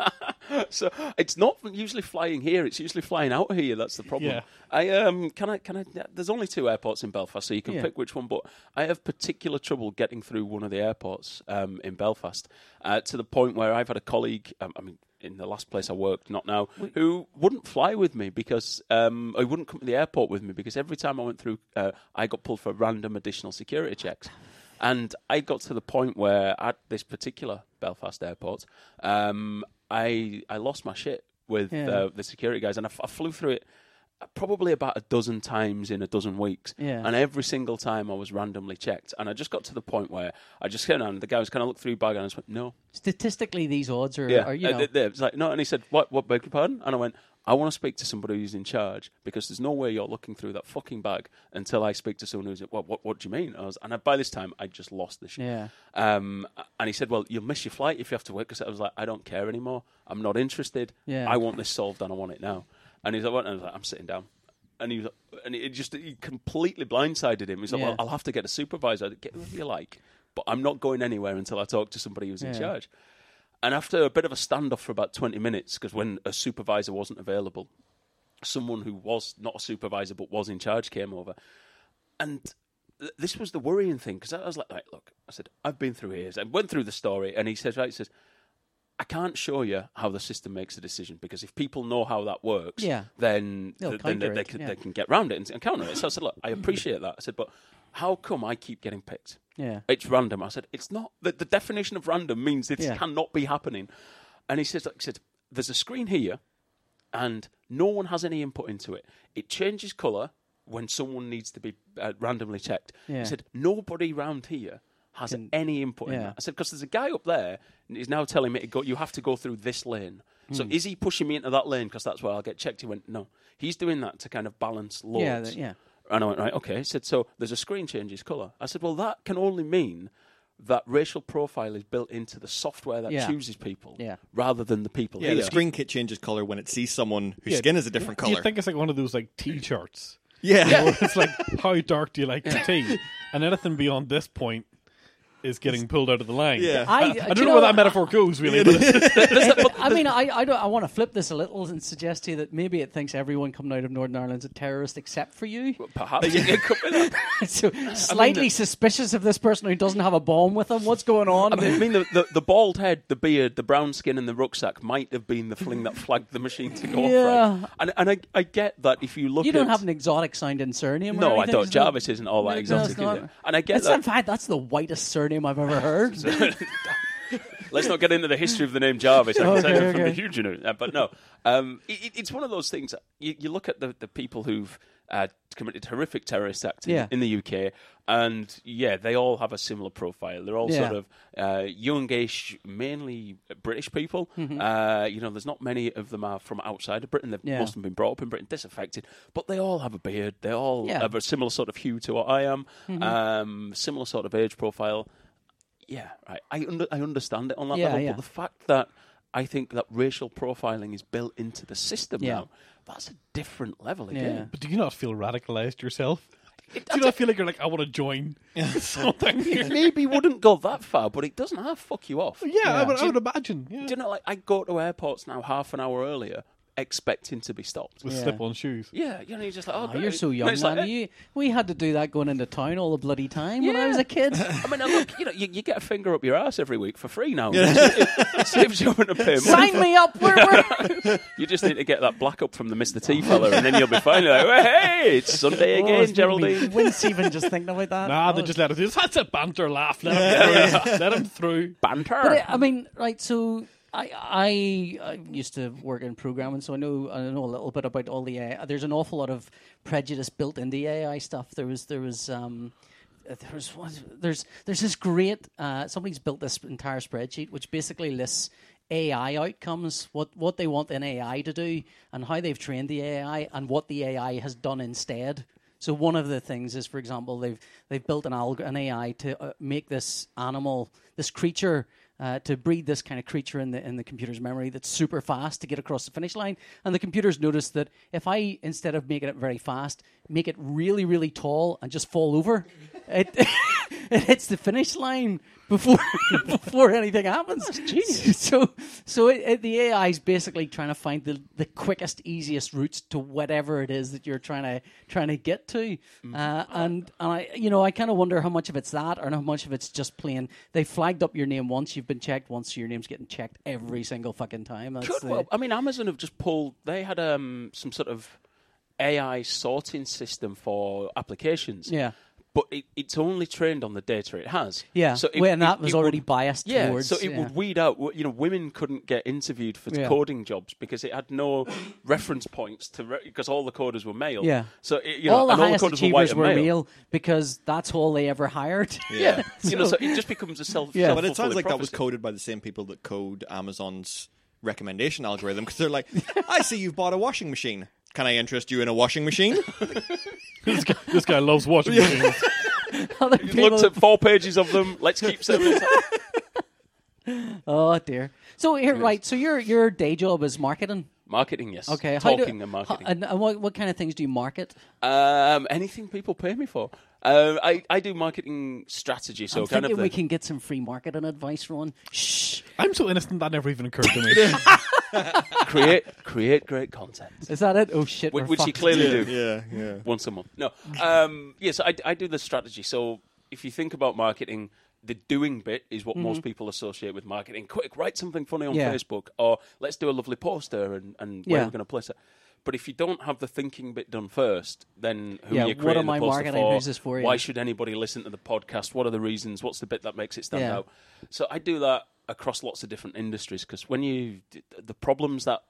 B: so it's not usually flying here; it's usually flying out here. That's the problem.
A: Yeah.
B: I um, can I can I? There's only two airports in Belfast, so you can
C: Yeah.
B: pick which one. But I have particular trouble getting through one of the airports um, in Belfast uh, to the point where I've had a colleague. Um, I mean. In the last place I worked, not now, who wouldn't fly with me because um, I wouldn't come to the airport with me because every time I went through, uh, I got pulled for random additional security checks. And I got to the point where at this particular Belfast airport, um, I I lost my shit with
C: Yeah.
B: uh, the security guys, and I, f- I flew through it probably about a dozen times in a dozen weeks.
C: Yeah.
B: And every single time I was randomly checked, and I just got to the point where I just came down. And the guy was kind of looked through your bag, and I just went, "No,
C: statistically, these odds are,
B: yeah,
C: are you
B: Uh,
C: know
B: th- th- it's like no." And he said, "What? What? Beg your pardon?" And I went. I want to speak to somebody who's in charge because there's no way you're looking through that fucking bag until I speak to someone who's what what, what do you mean? I was, and I, by this time I just lost the shit.
C: Yeah.
B: Um, and he said, "Well, you'll miss your flight if you have to work." Because I was like, "I don't care anymore. I'm not interested.
C: Yeah.
B: I want this solved and I want it now." And he's like, "What?" And I was like, "I'm sitting down." And he was, like- and it just he completely blindsided him. He's like,
C: Yeah.
B: "Well, I'll have to get a supervisor. Get whoever you like, but I'm not going anywhere until I talk to somebody who's in
C: Yeah.
B: charge." And after a bit of a standoff for about 20 minutes, because when a supervisor wasn't available, someone who was not a supervisor but was in charge came over. And th- this was the worrying thing, because I was like, right, look, I said, I've been through here. I went through the story, and he says, right, he says, I can't show you how the system makes a decision because if people know how that works,
C: Yeah.
B: then,
C: They'll
B: th- then they,
C: counter
B: they
C: it,
B: can,
C: yeah.
B: they can get round it and, and counter it. So I said, look, I appreciate that. I said, but how come I keep getting picked?
C: Yeah.
B: it's random. I said, it's not. The, the definition of random means it
C: Yeah.
B: cannot be happening. And he says, like, he said, there's a screen here, and no one has any input into it. It changes colour when someone needs to be uh, randomly checked.
C: Yeah.
B: He said, nobody round here has
C: Can-
B: any input in
C: yeah.
B: that. I said, because there's a guy up there, and he's now telling me to go. You have to go through this lane. So
C: Hmm.
B: is he pushing me into that lane because that's where I'll get checked? He went, no. He's doing that to kind of balance laws.
C: Yeah, that- yeah.
B: And I went, right, okay. He said, so there's a screen changes colour. I said, well, that can only mean that racial profile is built into the software that
C: Yeah.
B: chooses people
C: Yeah.
B: rather than the people
D: Yeah,
B: here.
D: the screen kit changes color when it sees someone whose skin is a different
A: Do
D: color.
A: you think it's like one of those like tea charts?
D: yeah. *laughs*
A: *laughs* it's like how dark do you like your tea? And anything beyond this point is getting pulled out of the line.
D: Yeah.
A: I, *laughs*
C: I- uh,
A: I
C: do
A: don't
C: you
A: know
C: know-
A: where that metaphor goes really. but it's-
C: *laughs* I mean, I I, don't, I want to flip this a little and suggest to you that maybe it thinks everyone coming out of Northern Ireland's a terrorist except for you.
D: *laughs*
B: Perhaps it could be that.
C: *laughs* so
B: uh,
C: slightly suspicious of this person who doesn't have a bomb with them. What's going on?
B: I mean, I mean the, the, the bald head, the beard, the brown skin, and the rucksack might have been the fling that flagged the machine to go off.
C: Yeah.
B: Right? And, and I, I get that if you look
C: you don't
B: at.
C: have an exotic sounding surname. or
B: no, I
C: anything,
B: don't.
C: isn't it?
B: Jarvis isn't all that
C: No,
B: exotic,
C: it's not.
B: is it? And I get
C: It's
B: that.
C: in fact that's the whitest surname I've ever
B: *laughs*
C: heard.
B: Let's not get into the history of the name Jarvis. I can tell you
C: Okay,
B: from the
C: okay.
B: huge, you know. uh, But no, um, it, it- it's one of those things. You, you look at the, the people who've uh, committed horrific terrorist acts in,
C: Yeah.
B: in the UK, and yeah, they all have a similar profile. They're all
C: Yeah.
B: sort of uh, youngish, mainly British people. Uh, you know, there's not many of them are from outside of Britain. They've
C: Mm-hmm. Yeah.
B: Most of them been brought up in Britain, disaffected, but they all have a beard. They all
C: Yeah. Mm-hmm.
B: have a similar sort of hue to what I am, um, similar sort of age profile. Yeah, right. I under, I understand it on that
C: Yeah,
B: level,
C: yeah.
B: but the fact that I think that racial profiling is built into the system
C: Yeah.
B: now, that's a different level
C: yeah.
B: again.
A: but do you not feel radicalized yourself? Do you not feel like you're like I want to join *laughs* something?
B: It
A: here?
B: maybe wouldn't go that far, but it doesn't half fuck you off.
A: Yeah, I, would, I would imagine. Yeah.
B: Do you know, like I go to airports now half an hour earlier, expecting to be stopped.
A: With
C: Yeah.
A: slip-on shoes.
B: Yeah, you know, you're just like, oh,
C: Oh, you're
B: great.
C: so
B: And
C: young,
B: it's
C: man.
B: like, eh,
C: you, we had to do that going into town all the bloody time when I was
B: Yeah.
C: a kid.
B: *laughs* I mean, I look, you know, you, you get a finger up your ass every week for free now. it, it saves you having to pay money.
C: Sign me up. We're,
B: *laughs*
C: we're...
B: You just need to get that black up from the Mr. T fella, and then you'll be fine. You're like, well, hey, it's Sunday
C: Oh,
B: again,
C: it's making me
B: Geraldine.
C: wince even just thinking about that.
A: Nah, they
C: Oh.
A: just let it. That's a banter laugh. Let him through. Let him through.
B: Banter.
C: But I I mean, right? So I, I I used to work in programming, so I know I know a little bit about all the AI. There's an awful lot of prejudice built in the AI stuff. There was there was. Um, uh, there was one, there's there's this great uh, somebody's built this entire spreadsheet which basically lists AI outcomes, what what they want an AI to do, and how they've trained the AI, and what the AI has done instead. So one of the things is, for example, they've they've built an alg- an AI to uh, make this animal, this creature, uh, to breed this kind of creature in the in the computer's memory that's super fast to get across the finish line. And the computer's noticed that if I instead of making it very fast, make it really really tall and just fall over, it *laughs* it hits the finish line before *laughs* before anything happens. genius. *laughs* So so it, it, the AI is basically trying to find the the quickest, easiest routes to whatever it is that you're trying to trying to get to.
B: Mm.
C: Uh, and, and I you know I kind of wonder how much of it's that, or how much of it's just plain they flagged up your name once you've been checked, once so your name's getting checked every single fucking time. That's
B: Could
C: the-
B: well. I mean, Amazon have just pulled. They had um, some sort of AI sorting system for applications.
C: Yeah.
B: But it, it's only trained on the data it has.
C: yeah. So
B: So it,
C: when
B: it-
C: that was
B: it would-
C: already biased
B: yeah.
C: towards
B: so it
C: yeah.
B: would weed out. You know, women couldn't get interviewed for
C: Yeah.
B: coding jobs because it had no reference points to re- because all the coders were male.
C: Yeah.
B: So it, you know,
C: all the
B: and all the coders
C: highest
B: were white
C: achievers
B: and
C: were
B: male.
C: male because that's all they ever hired. *laughs*
B: Yeah. you know, so it just becomes a self.
C: Yeah.
B: self-fulfilling
D: But it sounds like that was
B: prophecy.
D: coded by the same people that code Amazon's recommendation algorithm because they're like, I see you've bought a washing machine. Can I interest you in a washing machine?
A: this, guy, this guy loves watching machines.
C: Other
B: Looked
C: people-
B: at four pages of them. Let's
C: *laughs*
B: keep seven.
C: oh dear. So here, right. So your your day job is marketing.
B: marketing, yes.
C: Okay. how do-
B: Talking and
C: how-
B: marketing.
C: and and what, what kind of things do you market?
B: Um, anything people pay me for. Um, I, I do marketing strategy, so
C: I'm
B: kind of
C: thinking
B: the,
C: we can get some free marketing advice, Ron. Shh.
A: I'm so innocent that never even occurred to me.
B: create create great content,
C: Is that it? Oh shit.
B: which,
C: we're
B: which you
C: fucked.
B: clearly do
D: yeah, yeah.
B: once a month. No, um, yes, I, I do the strategy. So if you think about marketing, the doing bit is what most people associate with marketing. Quick, write something funny on
C: Mhm. Yeah.
B: Facebook, or let's do a lovely poster and, and
C: Yeah.
B: where we're going to place it. But if you don't have the thinking bit done first, then who
C: Yeah,
B: are you
C: what
B: creating
C: am
B: the
C: I
B: poster
C: marketing
B: for?
C: who's this for,
B: Why
C: yeah.
B: should anybody listen to the podcast? What are the reasons? What's the bit that makes it stand
C: Yeah.
B: out? So I do that across lots of different industries because when you the problems that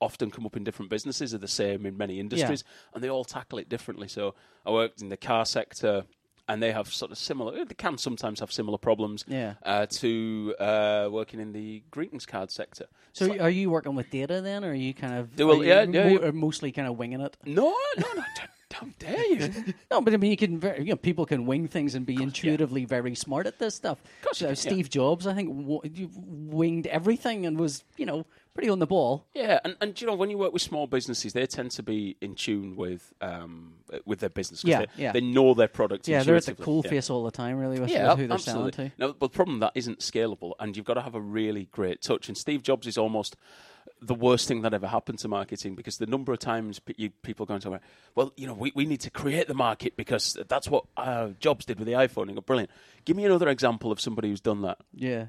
B: often come up in different businesses are the same in many industries and they all tackle it differently. So I worked in the car sector and they have sort of similar, they can sometimes have similar problems
C: Yeah.
B: uh, to uh, working in the greetings card sector.
C: So
B: It's like-
C: are you working with data then, or are you kind of
B: Do well,
C: are
B: yeah,
C: you
B: yeah,
C: mo-
B: yeah.
C: or mostly kind of winging it?
B: no, no, no, *laughs* don't, don't dare you.
C: No, but I mean, you can very, you know, people can wing things and be intuitively very smart at this stuff.
B: course you
C: So
B: can, yeah.
C: Steve Jobs, I think, w- you winged everything and was you know pretty on the ball.
B: Yeah, and, and you know when you work with small businesses, they tend to be in tune with um, with their business. 'cause
C: Yeah,
B: they,
C: yeah.
B: they know their product.
C: Yeah, they're at the
B: intuitively.
C: cool
B: Yeah.
C: face all the time, really, with,
B: Yeah,
C: with who they're selling
B: absolutely.
C: to.
B: No, but the problem that isn't scalable, and you've got to have a really great touch. And Steve Jobs is almost the worst thing that ever happened to marketing because the number of times pe- you, people going somewhere, well, you know, we, we need to create the market because that's what uh, Jobs did with the iPhone. And go, brilliant. Give me another example of somebody who's done that.
C: Yeah,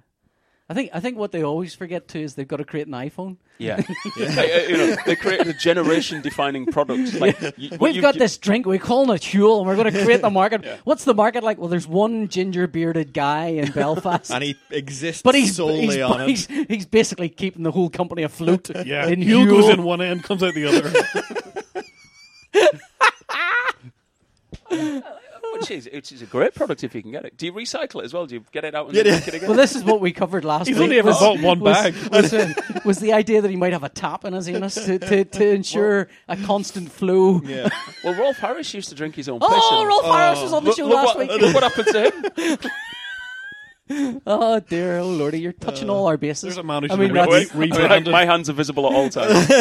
C: I think I think what they always forget too is they've got to create an iPhone.
B: *laughs* Yeah, They, uh, you know, they created a generation-defining
C: *laughs*
B: product. Like, you- what
C: We've
B: you
C: got
B: do-
C: this drink, we call it Huel, and we're going to
A: *laughs*
C: create the market. What's the market like? Well, there's one ginger bearded guy
A: *laughs*
C: in Belfast.
D: And he exists
C: but he's,
D: solely
C: he's,
D: on it.
C: he's, he's basically keeping the whole company afloat.
A: *laughs* Yeah,
C: in
A: heel goes
C: Huel.
A: in one end, comes out the other.
B: which is which is a great product if you can get it. Do you recycle it as well? Do you get it out and
D: Yeah,
B: then
D: yeah.
B: make it again?
C: Well, this is what we covered last
A: He's
C: week.
A: only ever
C: was-
A: bought one
C: was-
A: bag.
C: Was, uh, was the idea that he might have a tap in his anus to, to, to ensure a constant flow.
D: Yeah.
B: Well, Rolf Harris used to drink his own piss.
C: Oh,
B: and-
C: Rolf Harris was on the
B: Look,
C: show
B: look
C: last
B: what,
A: *laughs*
C: week.
B: look what happened to him.
C: Oh dear, oh lordy, you're touching all our bases.
A: Uh, There's a man who
C: I mean,
A: should
C: *laughs*
A: have
C: that's,
A: been re-
B: I mean, like,
A: rebranded.
B: my hands are visible at all times.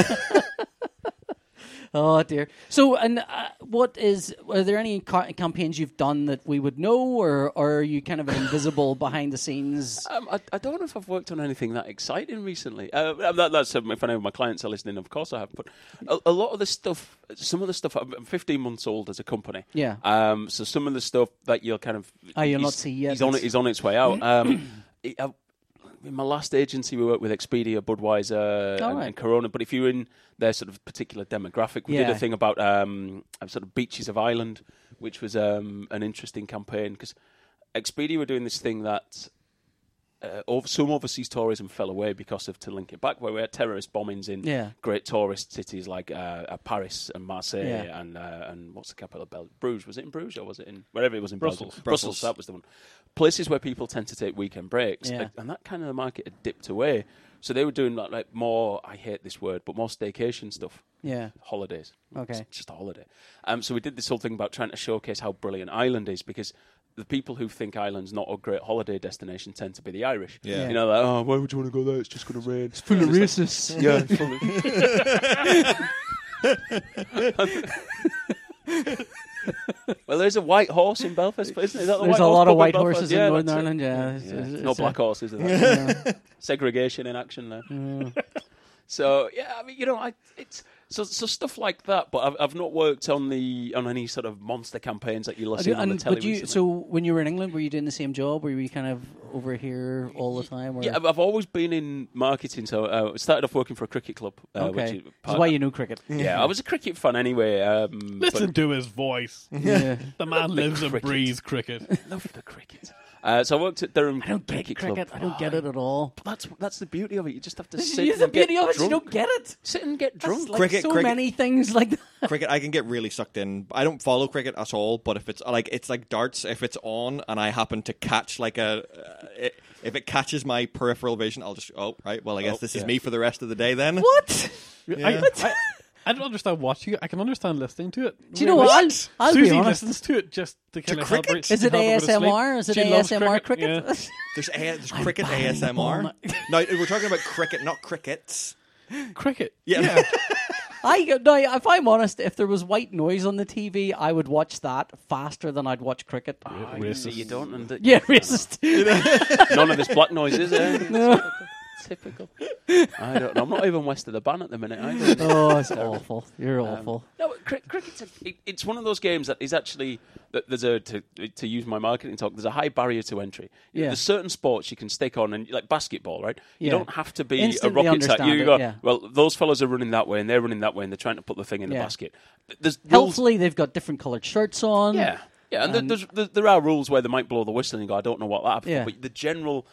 C: oh dear. So, and uh, what is? Are there any ca- campaigns you've done that we would know, or, or are you kind of an
B: *laughs*
C: invisible behind the scenes?
B: um, I, I don't know if I've worked on anything that exciting recently. Uh, that, that's um, if any of my clients are listening. Of course, I have. But a, a lot of the stuff, some of the stuff, I'm I'm 15 months old as a company.
C: Yeah.
B: Um. So some of the stuff that you'll kind of
C: Ah,
B: he's-
C: you'll not Mm-hmm. see yet.
B: He's on it. He's on its way out. Um. it- I- in my last agency, we worked with Expedia, Budweiser,
C: All
B: and,
C: Oh, right.
B: and Corona. But if you're in their sort of particular demographic, we did
C: Yeah.
B: a thing about um, sort of beaches of Ireland, which was um, an interesting campaign because Expedia were doing this thing that uh, over, some overseas tourism fell away because of to link it back where we had terrorist bombings in
C: Yeah.
B: great tourist cities like uh, uh, Paris and Marseille
C: Yeah.
B: and uh, and what's the capital of Belgium? Bruges was it in Bruges or was it in wherever it was in
A: Brussels.
B: Belgium? Brussels, that was the one. Places where people tend to take weekend breaks,
C: Yeah.
B: uh, and that kind of market had dipped away. So they were doing like, like more. I hate this word, but more staycation stuff
C: Yeah.
B: holidays.
C: Okay.
B: It's just a holiday. Um, so we did this whole thing about trying to showcase how brilliant Ireland is because the people who think Ireland's not a great holiday destination tend to be the Irish.
D: Yeah.
B: You know, like, oh, why would you want to go there? It's just going to rain. It's
C: Full of racists.
B: yeah, it's full of-
C: *laughs*
B: *laughs* well, there's a white horse in Belfast, but isn't it? Is that the
C: There's
B: white
C: a
B: horse
C: lot
B: pub
C: of
B: in
C: white
B: Belfast?
C: horses
B: Yeah,
C: in Northern
B: that's it.
C: Ireland. Yeah,
B: Yeah,
C: it's- it's-
B: no
C: it's uh, a-
B: black horses. Is that? Segregation in action there. *laughs* So yeah, I mean, you know, I it's so so stuff like that. But I've, I've not worked on the on any sort of monster campaigns that you'll
C: I
B: have
C: do-
B: seen on the
C: and-
B: telly.
C: but you,
B: recently.
C: so when you were in England, were you doing the same job? Were you kind of over here all the time? Or?
B: yeah, I've- I've always been in marketing. So uh, I started off working for a cricket club. Uh,
C: okay.
B: Which is
C: This is
B: part-
C: why you know cricket.
B: yeah, I was a cricket fan anyway. Um, but-
A: Listen to his voice.
C: Yeah.
B: *laughs*
A: The man lives and
B: cricket.
A: breathes cricket.
B: love the cricket. Uh, so I worked at Durham
C: I don't get
B: Cricket Club.
C: cricket. I don't get it at all.
B: That's that's the beauty of it. You just have to
C: *laughs* This
B: sit
C: is
B: and
C: the beauty
B: get
C: of it. You
B: drunk.
C: don't get it.
B: sit and get
C: That's
B: drunk.
C: like
D: Cricket-
C: so
D: cricket-
C: many things like that.
D: cricket i can get really sucked in i don't follow cricket at all but if it's like it's like darts if it's on and i happen to catch like a uh, it, if it catches my peripheral vision i'll just oh right well i guess
B: Oh,
D: this
B: yeah.
D: is me for the rest of the day then
C: *laughs* What?
A: I, I, I don't understand watching it. I can understand listening to it.
C: Do you know what? I'll, I'll be
A: Susie
C: honest.
A: listens to it just to kind of help her-
D: cricket?
A: to
C: Is it
A: help her go to sleep.
C: ASMR? Is it
A: She loves
C: ASMR cricket?
A: Yeah.
D: there's, a, there's cricket
C: buying
D: asmr no we're talking about cricket not crickets
C: *laughs*
A: cricket.
D: yeah,
C: *laughs* I no. If I'm honest, if there was white noise on the TV, I would watch that faster than I'd watch cricket.
B: I
A: Racist.
B: see you don't. And that-
C: *laughs* Yeah,
B: *laughs*
C: racist.
B: None of this black noise is
C: *laughs*
B: there. Typical. I don't know. I'm not even west of the ban at the minute. Either.
C: oh, *laughs* it's awful. You're awful.
B: Um, No, cri- cricket's a, *laughs* it, it's one of those games that is actually that there's a to, to use my marketing talk. There's a high barrier to entry.
C: Yeah.
B: There's certain sports you can stick on, and like basketball, right? You
C: Yeah.
B: don't have to be
C: Instantly
B: a rocket scientist.
C: understand
B: You
C: it,
B: go,
C: yeah.
B: well, those fellows are running that way, and they're running that way, and they're trying to put the thing in the
C: Yeah.
B: basket. Th- There's rules-
C: Helpfully, they've got different coloured shirts on.
B: Yeah, yeah, and, there's, there's, there are rules where they might blow the whistle and you go, I don't know what that happened,
C: Yeah.
B: but the general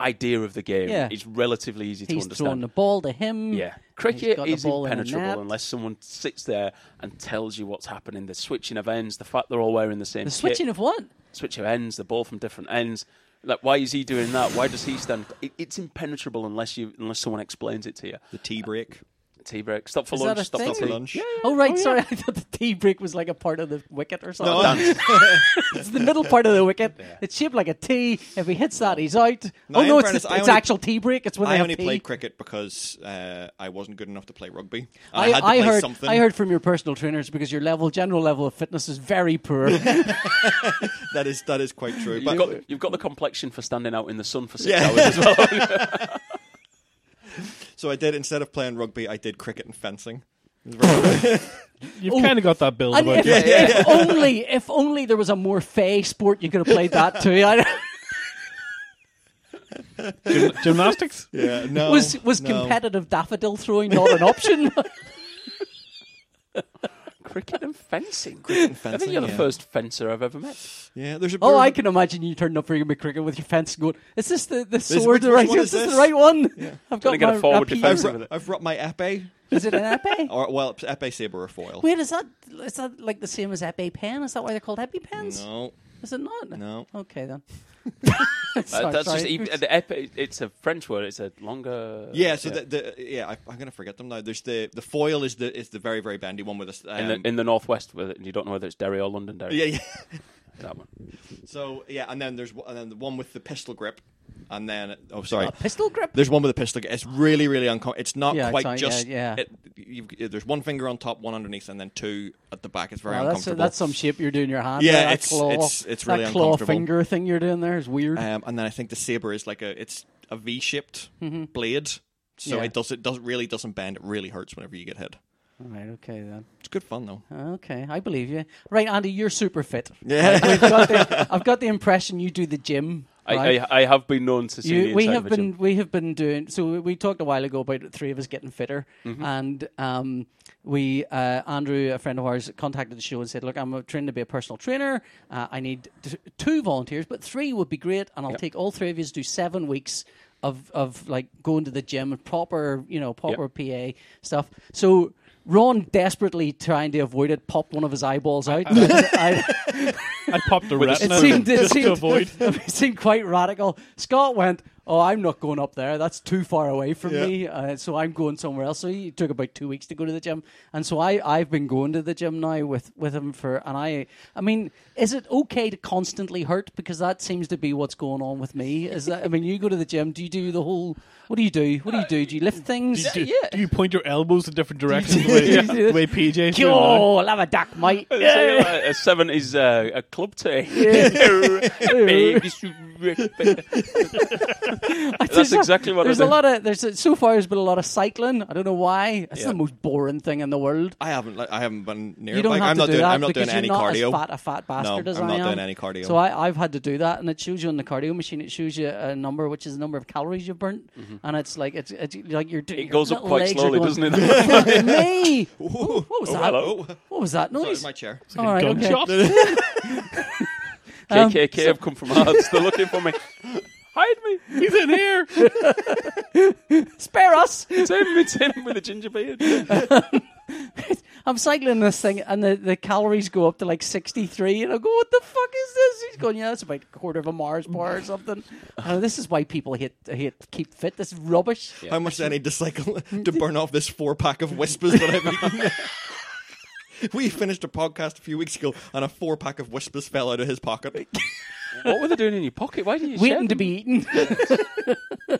B: idea of the game
C: Yeah.
B: is relatively easy to
C: He's
B: understand.
C: throwing the ball to him.
B: Yeah,
C: Hmm. He's
B: cricket
C: got the
B: is
C: ball in the net.
B: impenetrable unless someone sits there and tells you what's happening. The switching of ends, the fact they're all wearing the same
C: The switching
B: kit,
C: of what?
B: switch of ends, the ball from different ends. Like, why is he doing that? Why does he stand? It, it's impenetrable unless you unless someone explains it to you.
D: the tea break
B: Tea break. Stop for
C: Is
B: lunch.
C: that a
B: Stop
C: thing?
B: for
D: for
B: tea.
D: lunch
C: Oh right, sorry. *laughs* I thought the tea break was like a part of the wicket or something. *laughs*
D: dance.
C: it's the middle part of the wicket. It's shaped like a T. If he hits that, he's out. oh
D: No, in
C: no, it's,
D: fairness,
C: the,
D: I
C: it's
D: only-
C: actual tea break. It's when they
D: I
C: have
D: only
C: tea.
D: played cricket because uh, I wasn't good enough to play rugby. I,
C: I,
D: had to
C: I
D: play
C: heard.
D: something.
C: I heard from your personal trainers because your level, general level of fitness, is very
D: *laughs*
C: poor.
D: that is that is quite true.
B: You've
D: But
B: got, you've got the complexion for standing out in the sun for six
D: Yeah.
B: hours as well.
D: *laughs* so I did instead of playing rugby, I did cricket and fencing. It was very-
A: You've kind of got that build
C: Oh. and
A: about
C: if,
A: you.
C: if only, if only there was a more fey sport, you could have played that too. *laughs* I,
A: Gym- gymnastics.
D: *laughs* yeah, no,
C: was was
D: no. *laughs*
C: competitive daffodil throwing not an option?
B: Cricket and fencing. I think
D: fencing,
B: you're the
D: yeah.
B: first fencer I've ever met.
D: Yeah, there's a.
C: oh,
D: there's
C: I
D: a-
C: can imagine you turning up for your cricket with your fence going. Is this the, the
D: which-
C: sword? the
D: which
C: right?
D: one
C: Is
D: is
C: this the
D: this?
C: right one? *laughs* I've got
B: Trying to get a
C: my
B: forward
C: rapier.
B: defence.
D: I've, ru- I've brought my epee,
C: *laughs* Is it an
D: *laughs*
C: epee?
D: or well, it's epee saber or foil.
C: Wait, is that is that like the same as EpiPen? Is that why they're called EpiPens?
D: No,
C: Is it not?
D: No.
C: Okay then. *laughs*
B: Uh,
C: Sorry,
B: that's
C: sorry.
B: just the epi- it's a French word. It's a longer.
D: yeah. So the, the yeah, I, I'm gonna forget them now. There's the the foil is the is the very very bendy one with a.
B: in
D: Um,
B: the in the northwest, where you don't know whether it's Derry or London Derry.
D: *laughs* yeah, yeah.
B: that one.
D: So yeah, and then there's one- and then the one with the pistol grip, and then oh sorry,
C: A pistol grip.
D: There's one with a pistol. It's really, really uncomfortable. It's not
C: Yeah, it's
D: quite
C: like-
D: just.
C: yeah, yeah.
D: It, you've, it- there's one finger on top, one underneath, and then two at the back. It's very
C: Wow, Oh, that's
D: uncomfortable.
C: that's some shape you're doing your hand.
D: Yeah,
C: there, that
D: it's-
C: claw,
D: it's- it's really
C: that claw
D: uncomfortable.
C: finger thing you're doing there is weird.
D: um, and then I think the saber is like a it's a V-shaped blade, so
C: Mm-hmm. Yeah.
D: it does it does really doesn't bend. It really hurts whenever you get hit.
C: All right, okay then.
D: It's good fun though.
C: Okay, I believe you. Right, Andy, you're super fit.
D: Yeah.
C: I've got the, I've got the impression you do the gym. right?
B: I, I I have been known to see.
C: You-
B: the
C: we
B: inside
C: have
B: of a
C: been
B: gym.
C: we have been doing so we- we talked a while ago about the three of us getting fitter
B: Mm-hmm.
C: and um, we uh, andrew a friend of ours contacted the show and said look i'm uh, trying to be a personal trainer uh, i need t- two volunteers but three would be great and i'll take all three of you to do seven weeks of, of like going to the gym and proper you know proper pa stuff so ron desperately trying to avoid it popped one of his eyeballs out *laughs* I-
A: I popped a
B: With a
A: retina
C: it seemed, it
A: just
C: seemed,
A: to avoid.
C: *laughs* it seemed quite radical. Scott went, "Oh, I'm not going up there. That's too far away from
D: Yeah.
C: me. Uh, so I'm going somewhere else." So he took about two weeks to go to the gym, and so I I've been going to the gym now with with him for. And I I mean, is it okay to constantly hurt? Because that seems to be what's going on with me. Is that I mean, you go to the gym. Do you do the whole? What do you do? What do you do? Do you lift things?
A: Do, do you point your elbows in different directions the way,
C: do you do
A: the way PJ's doing now?
C: Yo, I'll have a duck, mate.
B: It's like a seventies uh, a club
C: *laughs*
B: take. *laughs* That's
D: *laughs*
B: exactly what
C: there's
B: I
C: a
B: do.
C: lot of there's a- so far there's been a lot of cycling. I don't know why. It's
B: Yeah.
C: the most boring thing in the world.
D: I haven't like, I haven't been near.
C: You don't
D: like,
C: have
D: I'm
C: to
D: not
C: do
D: doing
C: that
D: I'm not
C: because
D: doing
C: you're not
D: any cardio.
C: as fat a fat bastard
D: No,
C: as
D: I'm
C: I
D: not
C: am.
D: doing any cardio.
C: So I, I've had to do that, and it shows you on the cardio machine. It shows you a number, which is the number of calories you've burnt,
D: Mm-hmm.
C: and it's like it's, it's like you're doing.
B: It goes up quite slowly, doesn't
C: *laughs*
B: it?
C: it?
D: *laughs*
C: Me. Ooh, what was that?
B: hello.
C: What was that *laughs*
D: Oh, Sorry,
C: noise?
D: my chair.
A: *laughs*
C: All right, okay.
A: Gunshot.
C: Um,
B: KKK have come from Hearts. They're looking for me. *laughs* Hide me.
A: He's in here.
C: Spare us!
B: Save me. Save me with a ginger beard.
C: I'm cycling this thing, and the, the calories go up to like 63, and I go, "What the fuck is this?" He's going, "Yeah, that's about a quarter of a Mars bar or something." Uh, this is why people hate hate keep fit. This is rubbish.
D: How much do I need
C: *laughs*
D: to cycle to burn off this four pack of whispers that I've eaten? *laughs* we finished a podcast a few weeks ago, and a four pack of whispers fell out of his pocket.
B: What were they doing in your pocket? Why did you share
C: Waiting to
B: them?
C: be eaten. *laughs*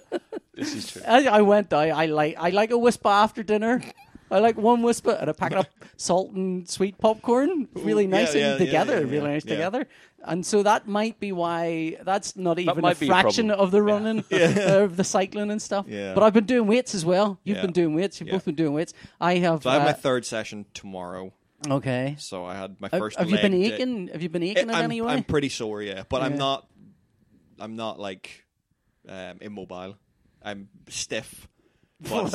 B: This is true.
C: I, I went. I, I like. I like a whisper after dinner. I like one whisper and I pack up salt and sweet popcorn, really
D: Ooh,
C: nice
D: yeah, yeah, yeah,
C: together,
D: yeah,
C: really
D: yeah,
C: nice
D: yeah.
C: together. And so that might be why that's not even a
B: might be a
C: fraction
B: problem.
C: of the
D: *laughs*
C: running, *laughs* of the cycling and stuff.
D: Yeah.
C: But I've been doing weights as well. You've
D: Yeah.
C: been doing weights. You've
D: Yeah.
C: both been doing weights. I have.
D: So I have my
C: uh,
D: third session tomorrow.
C: okay.
D: So I had my
C: Have-
D: first.
C: have you been
D: leg day-
C: aching? Have you been
D: It-
C: aching in
D: I'm,
C: any way?
D: I'm pretty sore, yeah, but I'm
C: Yeah.
D: not. I'm not like um, immobile. I'm stiff. But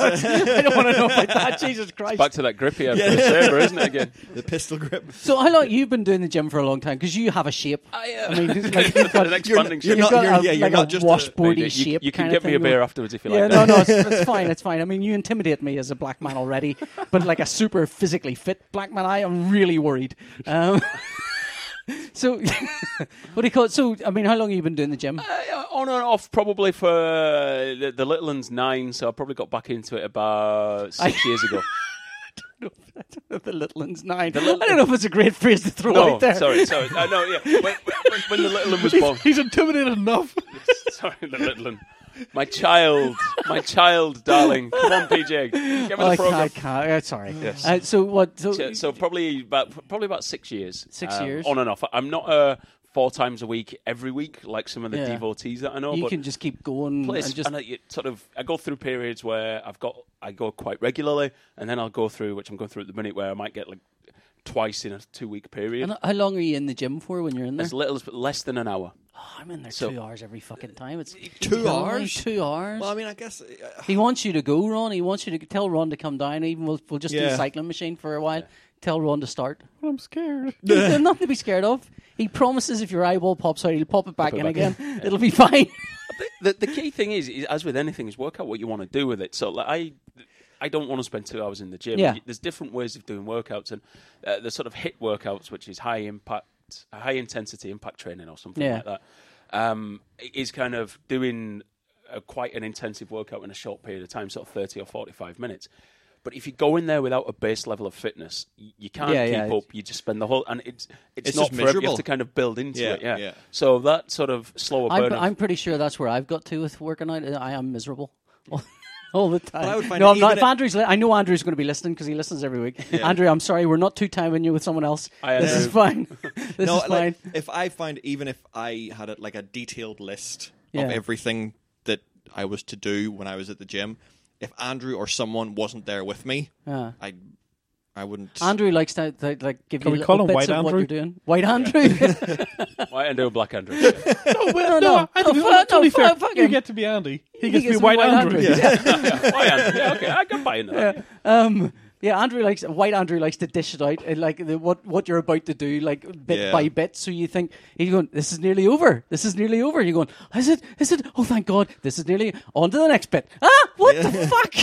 C: *laughs* I don't want to know about
D: *laughs*
C: that. Jesus Christ!
B: Back to that grippy after the saber, isn't it
C: *laughs*
B: again?
D: the pistol grip.
C: So how long you've been doing the gym for a long time? Because you have a shape. I,
D: uh,
B: am.
D: *laughs*
C: mean, it's like you've got
B: An
C: an
B: expanding
D: you're
B: shape.
D: not- yeah, you're
C: like
D: not
C: a
D: just a-
C: washboardy
B: You- you,
C: shape.
B: you can
C: kind
B: get
C: of
B: me a
C: thing.
B: beer afterwards if you
C: Yeah,
B: like.
C: no,
B: that.
C: no,
B: *laughs*
C: it's, it's fine, it's fine. I mean, you intimidate me as a black man already, but like a super physically fit black man, I am really worried. Um, *laughs* so, *laughs* what do you call it? So, I mean, how long have you been doing the gym?
B: Uh, on and off, probably for uh, the, the little one's nine, so I probably got back into it about six years
C: *laughs*
B: ago.
C: the little one's nine. I don't know if it's a great phrase to throw
B: No,
C: out there.
B: sorry, sorry. Uh, no, yeah. When, when, when the little one was
C: *laughs*
B: born,
A: He's intimidated enough. *laughs*
B: sorry, the little one. My *laughs* child, my child, darling. Come on,
C: *laughs*
B: PJ, give me
C: Oh,
B: the
C: I can't, I
B: program.
C: can't. Uh, sorry.
B: Yes.
C: Uh, so what? So,
B: So, so probably about probably about six years. um,
C: Six years.
B: on and off. I'm not uh, four times a week every week like some of the
C: Yeah.
B: devotees that I know.
C: you
B: but
C: can just keep going
B: place.
C: and just
B: and I, you sort of, I go through periods where I've got, I go quite regularly, and then I'll go through, which I'm going through at the minute, where I might get like twice in a two week period.
C: And how long are you in the gym for when you're in there?
B: as little as less than an hour.
C: Oh, I'm in there
B: so-
C: two hours every fucking time. It's
D: Two
C: Ronnie,
D: hours?
C: Two hours.
D: Well, I mean, I guess uh,
C: he wants you to go, Ron. He wants you to tell Ron to come down. Even we'll, we'll just do
D: Yeah.
C: a cycling machine for a while. Tell Ron to
D: *laughs*
C: start.
A: I'm scared.
C: There's nothing to be scared of. He promises if your eyeball pops out, he'll pop it back
B: Pop it
C: in
B: back
C: *laughs* again. It'll be
D: *laughs*
C: fine.
B: The, the key thing is, is, as with anything, is work out what you want to do with it. So, like, I. I don't want to spend two hours in the gym.
C: Yeah.
B: There's different ways of doing workouts, and uh, the sort of hit workouts, which is high impact, high intensity impact training or something
C: Yeah.
B: like that, um, is kind of doing a, quite an intensive workout in a short period of time, sort of 30 or 45 minutes. But if you go in there without a base level of fitness, y- you can't
C: Yeah, yeah.
B: keep up. You just spend the whole, and it's it's,
D: It's
B: not
D: just
B: for every- You
D: miserable.
B: have to kind of build into
D: Yeah,
B: it, yeah.
D: yeah.
B: So that sort of slower
C: I'm,
B: burn. of-
C: I'm pretty sure that's where I've got to with working out. I am miserable. All *laughs* the time.
D: I would find
C: no,
D: it
C: I'm not.
D: even
C: If
D: at-
C: Andrew's, li- I know Andrew's going to be listening because he listens every week. Andrew, I'm sorry, we're not too timing you with someone else.
B: I
C: this
B: agree.
C: is fine.
D: *laughs*
C: this
D: no,
C: is fine.
D: like, if I find even if I had a, like a detailed list
C: Yeah.
D: of everything that I was to do when I was at the gym, if Andrew or someone wasn't there with me,
C: Yeah.
D: I I wouldn't.
C: Andrew likes to, to, like give
A: Can
C: you
A: we call
C: little
A: him White
C: bits of what
A: Andrew?
C: you're doing.
A: *laughs*
C: White Andrew.
B: Why Andrew Black
C: *laughs*
B: Andrew?
C: no, no,
A: Oh, No,
C: *laughs*
A: I think
C: no,
A: no,
C: no,
A: to be fair,
C: Oh, fuck- fuck
A: you
C: him.
A: get to be Andy. He
C: He
A: gets to be
C: gets to be
A: White
C: White
A: Andrew.
C: Andrew.
B: yeah, why Andrew? Yeah, okay, I can buy into that.
C: Um, *laughs* yeah, Andrew likes White Andrew likes to dish it out, uh, like the, what what you're about to do, like bit
D: Yeah.
C: by bit. So you think he's going, "This is nearly over. This is nearly over." You're going, "Is it? Is it? Oh, thank God! This is nearly on to the next bit." Ah, what the
D: *laughs*
C: fuck?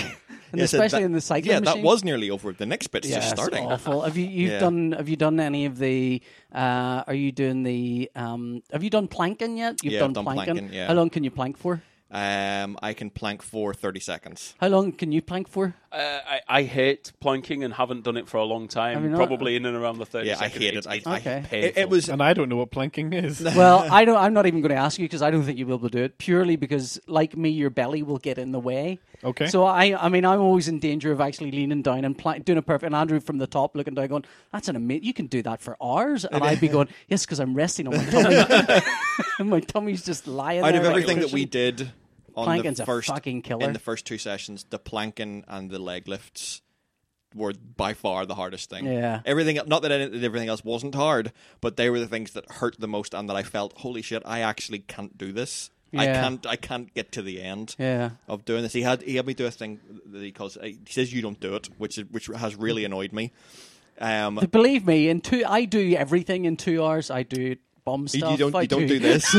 C: And
D: Yeah, so
C: especially
D: that-
C: in the cycling
D: Yeah, that
C: machine.
D: was nearly over. The next bit's
C: Yeah,
D: just
C: it's
D: starting.
C: awful. Have you you've
D: Yeah.
C: done have you done any of the? Uh, are you doing the? Um, have you done planking yet? You've
D: Yeah,
C: done,
D: I've done
C: planking.
D: planking, yeah.
C: How long can you plank for?
D: Um, I can plank for thirty seconds.
C: How long can you plank for?
B: Uh, I, I hate planking and haven't done it for a long time.
C: I mean, I-
B: probably in and around the thirty.
D: Yeah, I
B: second.
D: hate
B: It's-
D: it. I,
B: it's
D: I-
C: Okay.
D: it,
B: painful.
D: it
A: *laughs*
D: was
A: And I don't know what planking is. *laughs*
D: *laughs*
C: well, I don't. I'm not even going to ask you because I don't think you'll be able to do it purely because, like me, your belly will get in the way.
A: Okay.
C: So I, I mean, I'm always in danger of actually leaning down and pla- doing a perfect. And Andrew from the top looking down, going, "That's an amazing. You can do that for hours." And I'd be going, "Yes, because I'm resting on my tummy.
D: *laughs*
C: *laughs* and my tummy's just lying."
D: out
C: there
D: of
C: like a
D: everything that we
C: cushion."
D: did on
C: Planking's
D: the
C: a
D: first
C: fucking killer.
D: in the first two sessions, the planking and the leg lifts were by far the hardest thing.
C: Yeah.
D: everything. Not that any- that everything else wasn't hard, but they were the things that hurt the most, and that I felt, holy shit, I actually can't do this. I
C: Yeah.
D: can't. I can't get to the end.
C: Yeah.
D: Of doing this, he had he had me do a thing that he calls. He says you don't do it, which is, which has really annoyed me. Um,
C: Believe me, in two, I do everything in two hours. I do bum
D: You-
C: stuff.
D: You don't,
C: *laughs* I
D: you don't
C: do
D: do this.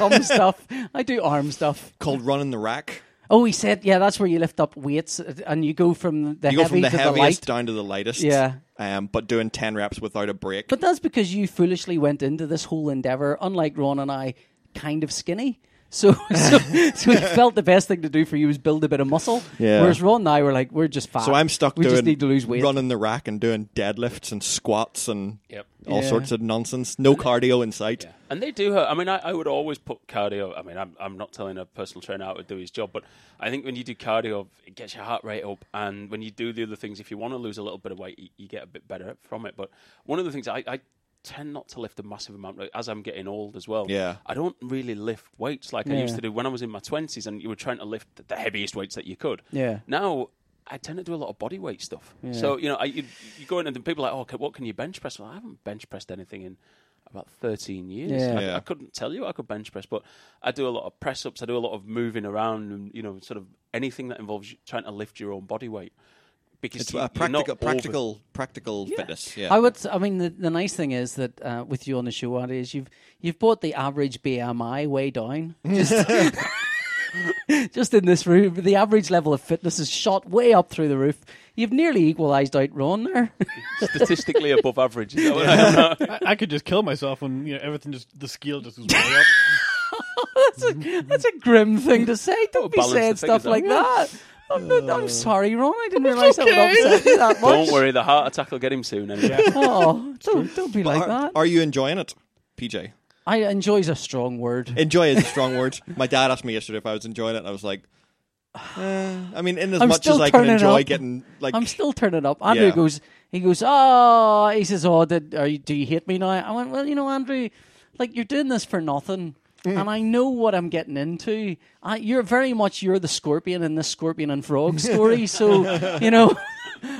C: Bum stuff. I do arm stuff.
D: Called running the rack.
C: Oh, he said, yeah, that's where you lift up weights uh, and you go from the heavy
D: You go from the
C: to
D: heaviest
C: the light.
D: down to the lightest.
C: Yeah.
D: Um, but doing ten reps without a break.
C: But that's because you foolishly went into this whole endeavor, unlike Ron and I, kind of skinny. So, *laughs* so, so
D: *laughs*
C: we felt the best thing to do for you was build a bit of muscle.
D: Yeah.
C: Whereas Ron and I were like, we're just fat.
D: so I'm stuck
C: We
D: doing
C: just need to lose weight.
D: running the rack and doing deadlifts and squats and
B: Yep.
D: all
C: Yeah.
D: sorts of nonsense. No cardio in sight.
B: And they do. I mean, I, I would always put cardio. I mean, I'm, I'm not telling a personal trainer how to do his job, but I think when you do cardio, it gets your heart rate up. And when you do the other things, if you want to lose a little bit of weight, you, you get a bit better from it. But one of the things I, I tend not to lift a massive amount like, as I'm getting old as well.
D: Yeah.
B: I don't really lift weights like I
C: Yeah.
B: used to do when I was in my 20s and you were trying to lift the heaviest weights that you could.
C: Yeah.
B: Now, I tend to do a lot of body weight stuff. So, you know, I, you, you go in and people are like, oh, okay, what can you bench press? Well, I haven't bench pressed anything in about 13 years.
C: Yeah.
B: I,
D: Yeah.
B: I couldn't tell you I could bench press, but I do a lot of press ups. I do a lot of moving around and, you know, sort of anything that involves you trying to lift your own body weight. Because
D: It's
B: you-
D: uh,
B: you're not
D: practical,
B: over-
D: practical, practical fitness. Yeah.
C: I would. I mean, the, the nice thing is that uh, with you on the show, Andy, is you've you've brought the average BMI
B: *laughs*
C: way down. Just, *laughs* just in this room, the average level of fitness is shot way up through the roof. You've nearly equalised out Ron there. *laughs*
D: *laughs*
B: statistically above average. Is that what- I don't know.
A: I, I could just kill myself and you know everything just the scale just *laughs* was way up.
C: that's, a, that's a grim thing
B: *laughs*
C: to say. Don't be
B: balance the
C: saying stuff
B: figures out. Uh,
C: like
B: *laughs*
C: that. I'm, not- I'm sorry, Ron. I didn't realise that would upset you that
B: *laughs*
C: much.
B: Don't worry, the heart attack will get him soon. Anyway.
C: Oh, don't, don't be like
D: are,
C: that.
D: are you enjoying it, PJ?
C: I enjoys a strong word.
D: Enjoy is a strong
C: *laughs*
D: word. My dad asked me yesterday if I was enjoying it, and I was like, eh, I mean, in as
C: I'm
D: much
C: still
D: as I can
C: turning
D: enjoy
C: up.
D: getting like
C: I'm still turning up. Andrew
D: Yeah.
C: goes, he goes, oh, he says, oh, did, are you, do you hate me now? I went, well, you know, Andrew, like you're doing this for nothing,
D: Mm.
C: and I know what I'm getting into. I, you're very much you're the scorpion in this scorpion and
D: *laughs*
C: frog story, so you know. *laughs*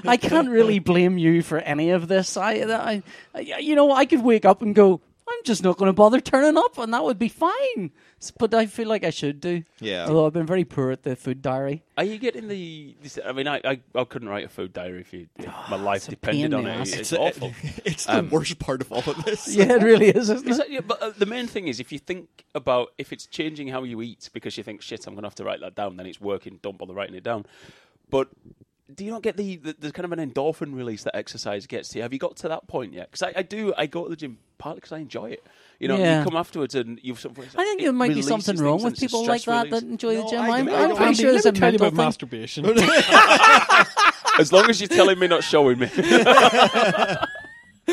C: I can't really blame you for any of this. I, I, you know, I could wake up and go, I'm just not going to bother turning up, and that would be fine. S- But I feel like I should do.
D: Yeah.
C: Although I've been very poor at the food
D: *laughs*
C: diary.
B: Are you getting the? this- I mean, I, I, I couldn't write a food diary if, you, if my life
C: Ah, pain in
B: depended
C: the
B: on it.
C: ass.
B: It's,
D: uh,
B: awful.
D: *laughs* it's the worst part of all of this.
C: Yeah, it really is, isn't it?
B: Is that- yeah, but uh, the main thing is, if you think about if it's changing how you eat because you think shit, I'm going to have to write that down, then it's working. Don't bother writing it down. But do you not get the, the there's kind of an endorphin release that exercise gets to you? Have you got to that point yet? Because I, I do. I go to the gym partly because I enjoy it. You know,
C: Yeah.
B: you come afterwards and you've. Sort of,
C: I think
B: it
C: there might be
B: releases
C: something
B: things
C: wrong
B: and
C: with
B: it's a
C: people like
B: stress
C: that
B: release.
C: that enjoy the
D: No,
C: gym.
D: I
C: I'm,
D: don't- I
C: I'm
D: don't
C: pretty
D: think-
A: Let
C: sure there's
A: me
C: a
A: tell you
C: mental
A: about
C: thing.
A: *laughs* masturbation.
B: As long as you're telling me, not showing
C: *laughs*
B: me.
C: *laughs*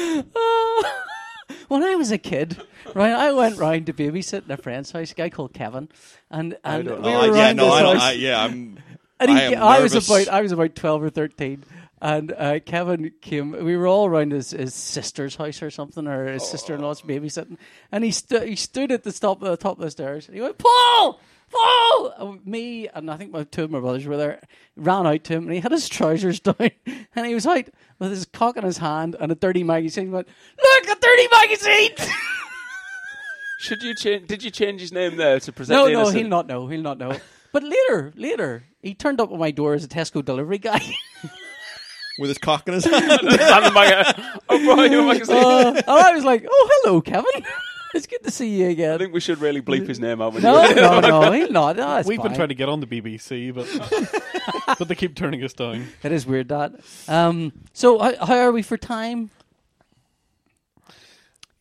C: when I was a kid, right, I went round to babysit at a friend's house, a guy called Kevin, and and we
B: don't
C: were
B: know.
D: Oh, I- yeah,
C: round
D: no,
C: his
D: I don't.
C: house.
D: I, yeah, I'm.
C: And he,
D: I, am
C: I was
D: nervous.
C: about I was about twelve or thirteen, and uh, Kevin came. We were all around his, his sister's house or something, or his
D: Oh.
C: sister-in-law's babysitting, and he stood he stood at the top the top of the stairs, and he went, "Paul, Paul!" And me and I think my two of my brothers were there. Ran out to him, and he had his trousers *laughs* down, and he was out with his cock in his hand and a dirty magazine. He went, "Look, a dirty
D: *laughs*
C: magazine!" *laughs*
B: Should you change? Did you change his name there to present?
C: No,
B: the
C: no,
B: innocent?
C: he'll
B: *laughs*
C: not know. He'll not know. But later, later, he turned up at my door as a Tesco delivery guy. *laughs*
D: with his cock in his *laughs* hand.
B: Hand the *laughs* mag- oh, right, your
C: *laughs*
B: magazine.
C: Uh, and I was like, "Oh, hello, Kevin. *laughs* it's good to see you again."
B: I think we should really bleep his name out. When
C: no,
B: you-
D: *laughs*
C: no, no, he's not. No, it's
A: We've
C: fine.
A: been trying to get on the BBC, *laughs* but but they keep turning us down.
C: It is weird that. Um, so how, how are we for time?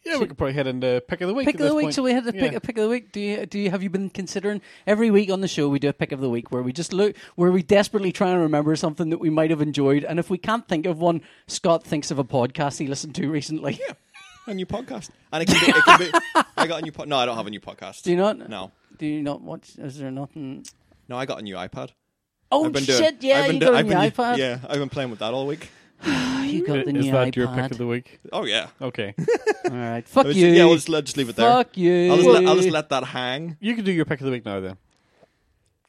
A: Yeah, we could probably head into pick of the week.
C: Pick
A: at
C: of the
A: this
C: week.
A: Point.
C: So we had a pick,
A: Yeah.
C: a pick of the week. Do you do you have you been considering every week on the show we do a pick of the week where we just look where we desperately try and remember something that we might have enjoyed, and if we can't think of one, Scott thinks of a podcast he listened to recently.
D: a new podcast, and it can be. It can be I got a new. Po- no, I don't have a new podcast.
C: Do you not?
D: No,
C: Do you not watch? Is there nothing?
D: no, I got a new iPad.
C: Oh
D: I've been
C: shit!
D: doing.
C: yeah,
D: I've been
C: you
D: do-
C: got
D: I've
C: the
D: been,
C: iPad.
D: Yeah, I've been playing with that all week.
C: you got the
A: Is
C: new
A: that
C: iPad.
A: your pick of the week?
D: Oh yeah.
A: Okay,
C: All right, fuck
D: I was-
C: you.
D: Yeah, I'll just, let- just leave it there.
C: Fuck you.
D: I'll just, let, I'll just let that hang.
A: you can do your pick of the week now then.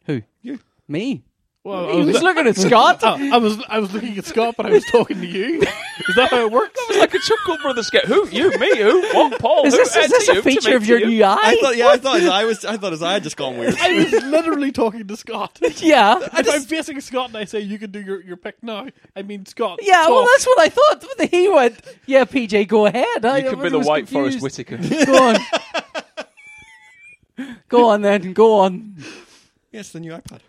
C: Who?
D: You.
C: Me.
A: Well, ah,
C: he was
A: loo-
C: looking at Scott. *laughs*
A: Oh, I was I was looking at Scott, but I was talking to you. Is that how it works?
B: It's like a Chuckle Brothers sketch. Who? You? Me? Who? What? Paul?
C: Is
B: who?
C: this, is
B: Ed,
C: this
B: you?
C: a
B: To me,
C: feature of
B: to
C: your
B: you?
C: new eye?
D: I thought, yeah, I thought his eye was, I thought his eye had just
C: *laughs*
D: gone weird.
A: *laughs* I was literally talking to Scott.
C: yeah.
A: *laughs* if I'm facing Scott and I say you can do your, your pick now, I mean Scott.
C: Yeah, well,
A: talk.
C: that's what I thought. But he went, yeah, PJ, go ahead. I,
B: You could
C: I
B: be the
C: was
B: White
C: confused.
B: Forest Whitaker.
C: Go on. *laughs* go on then, go on.
D: Yes, the new iPad.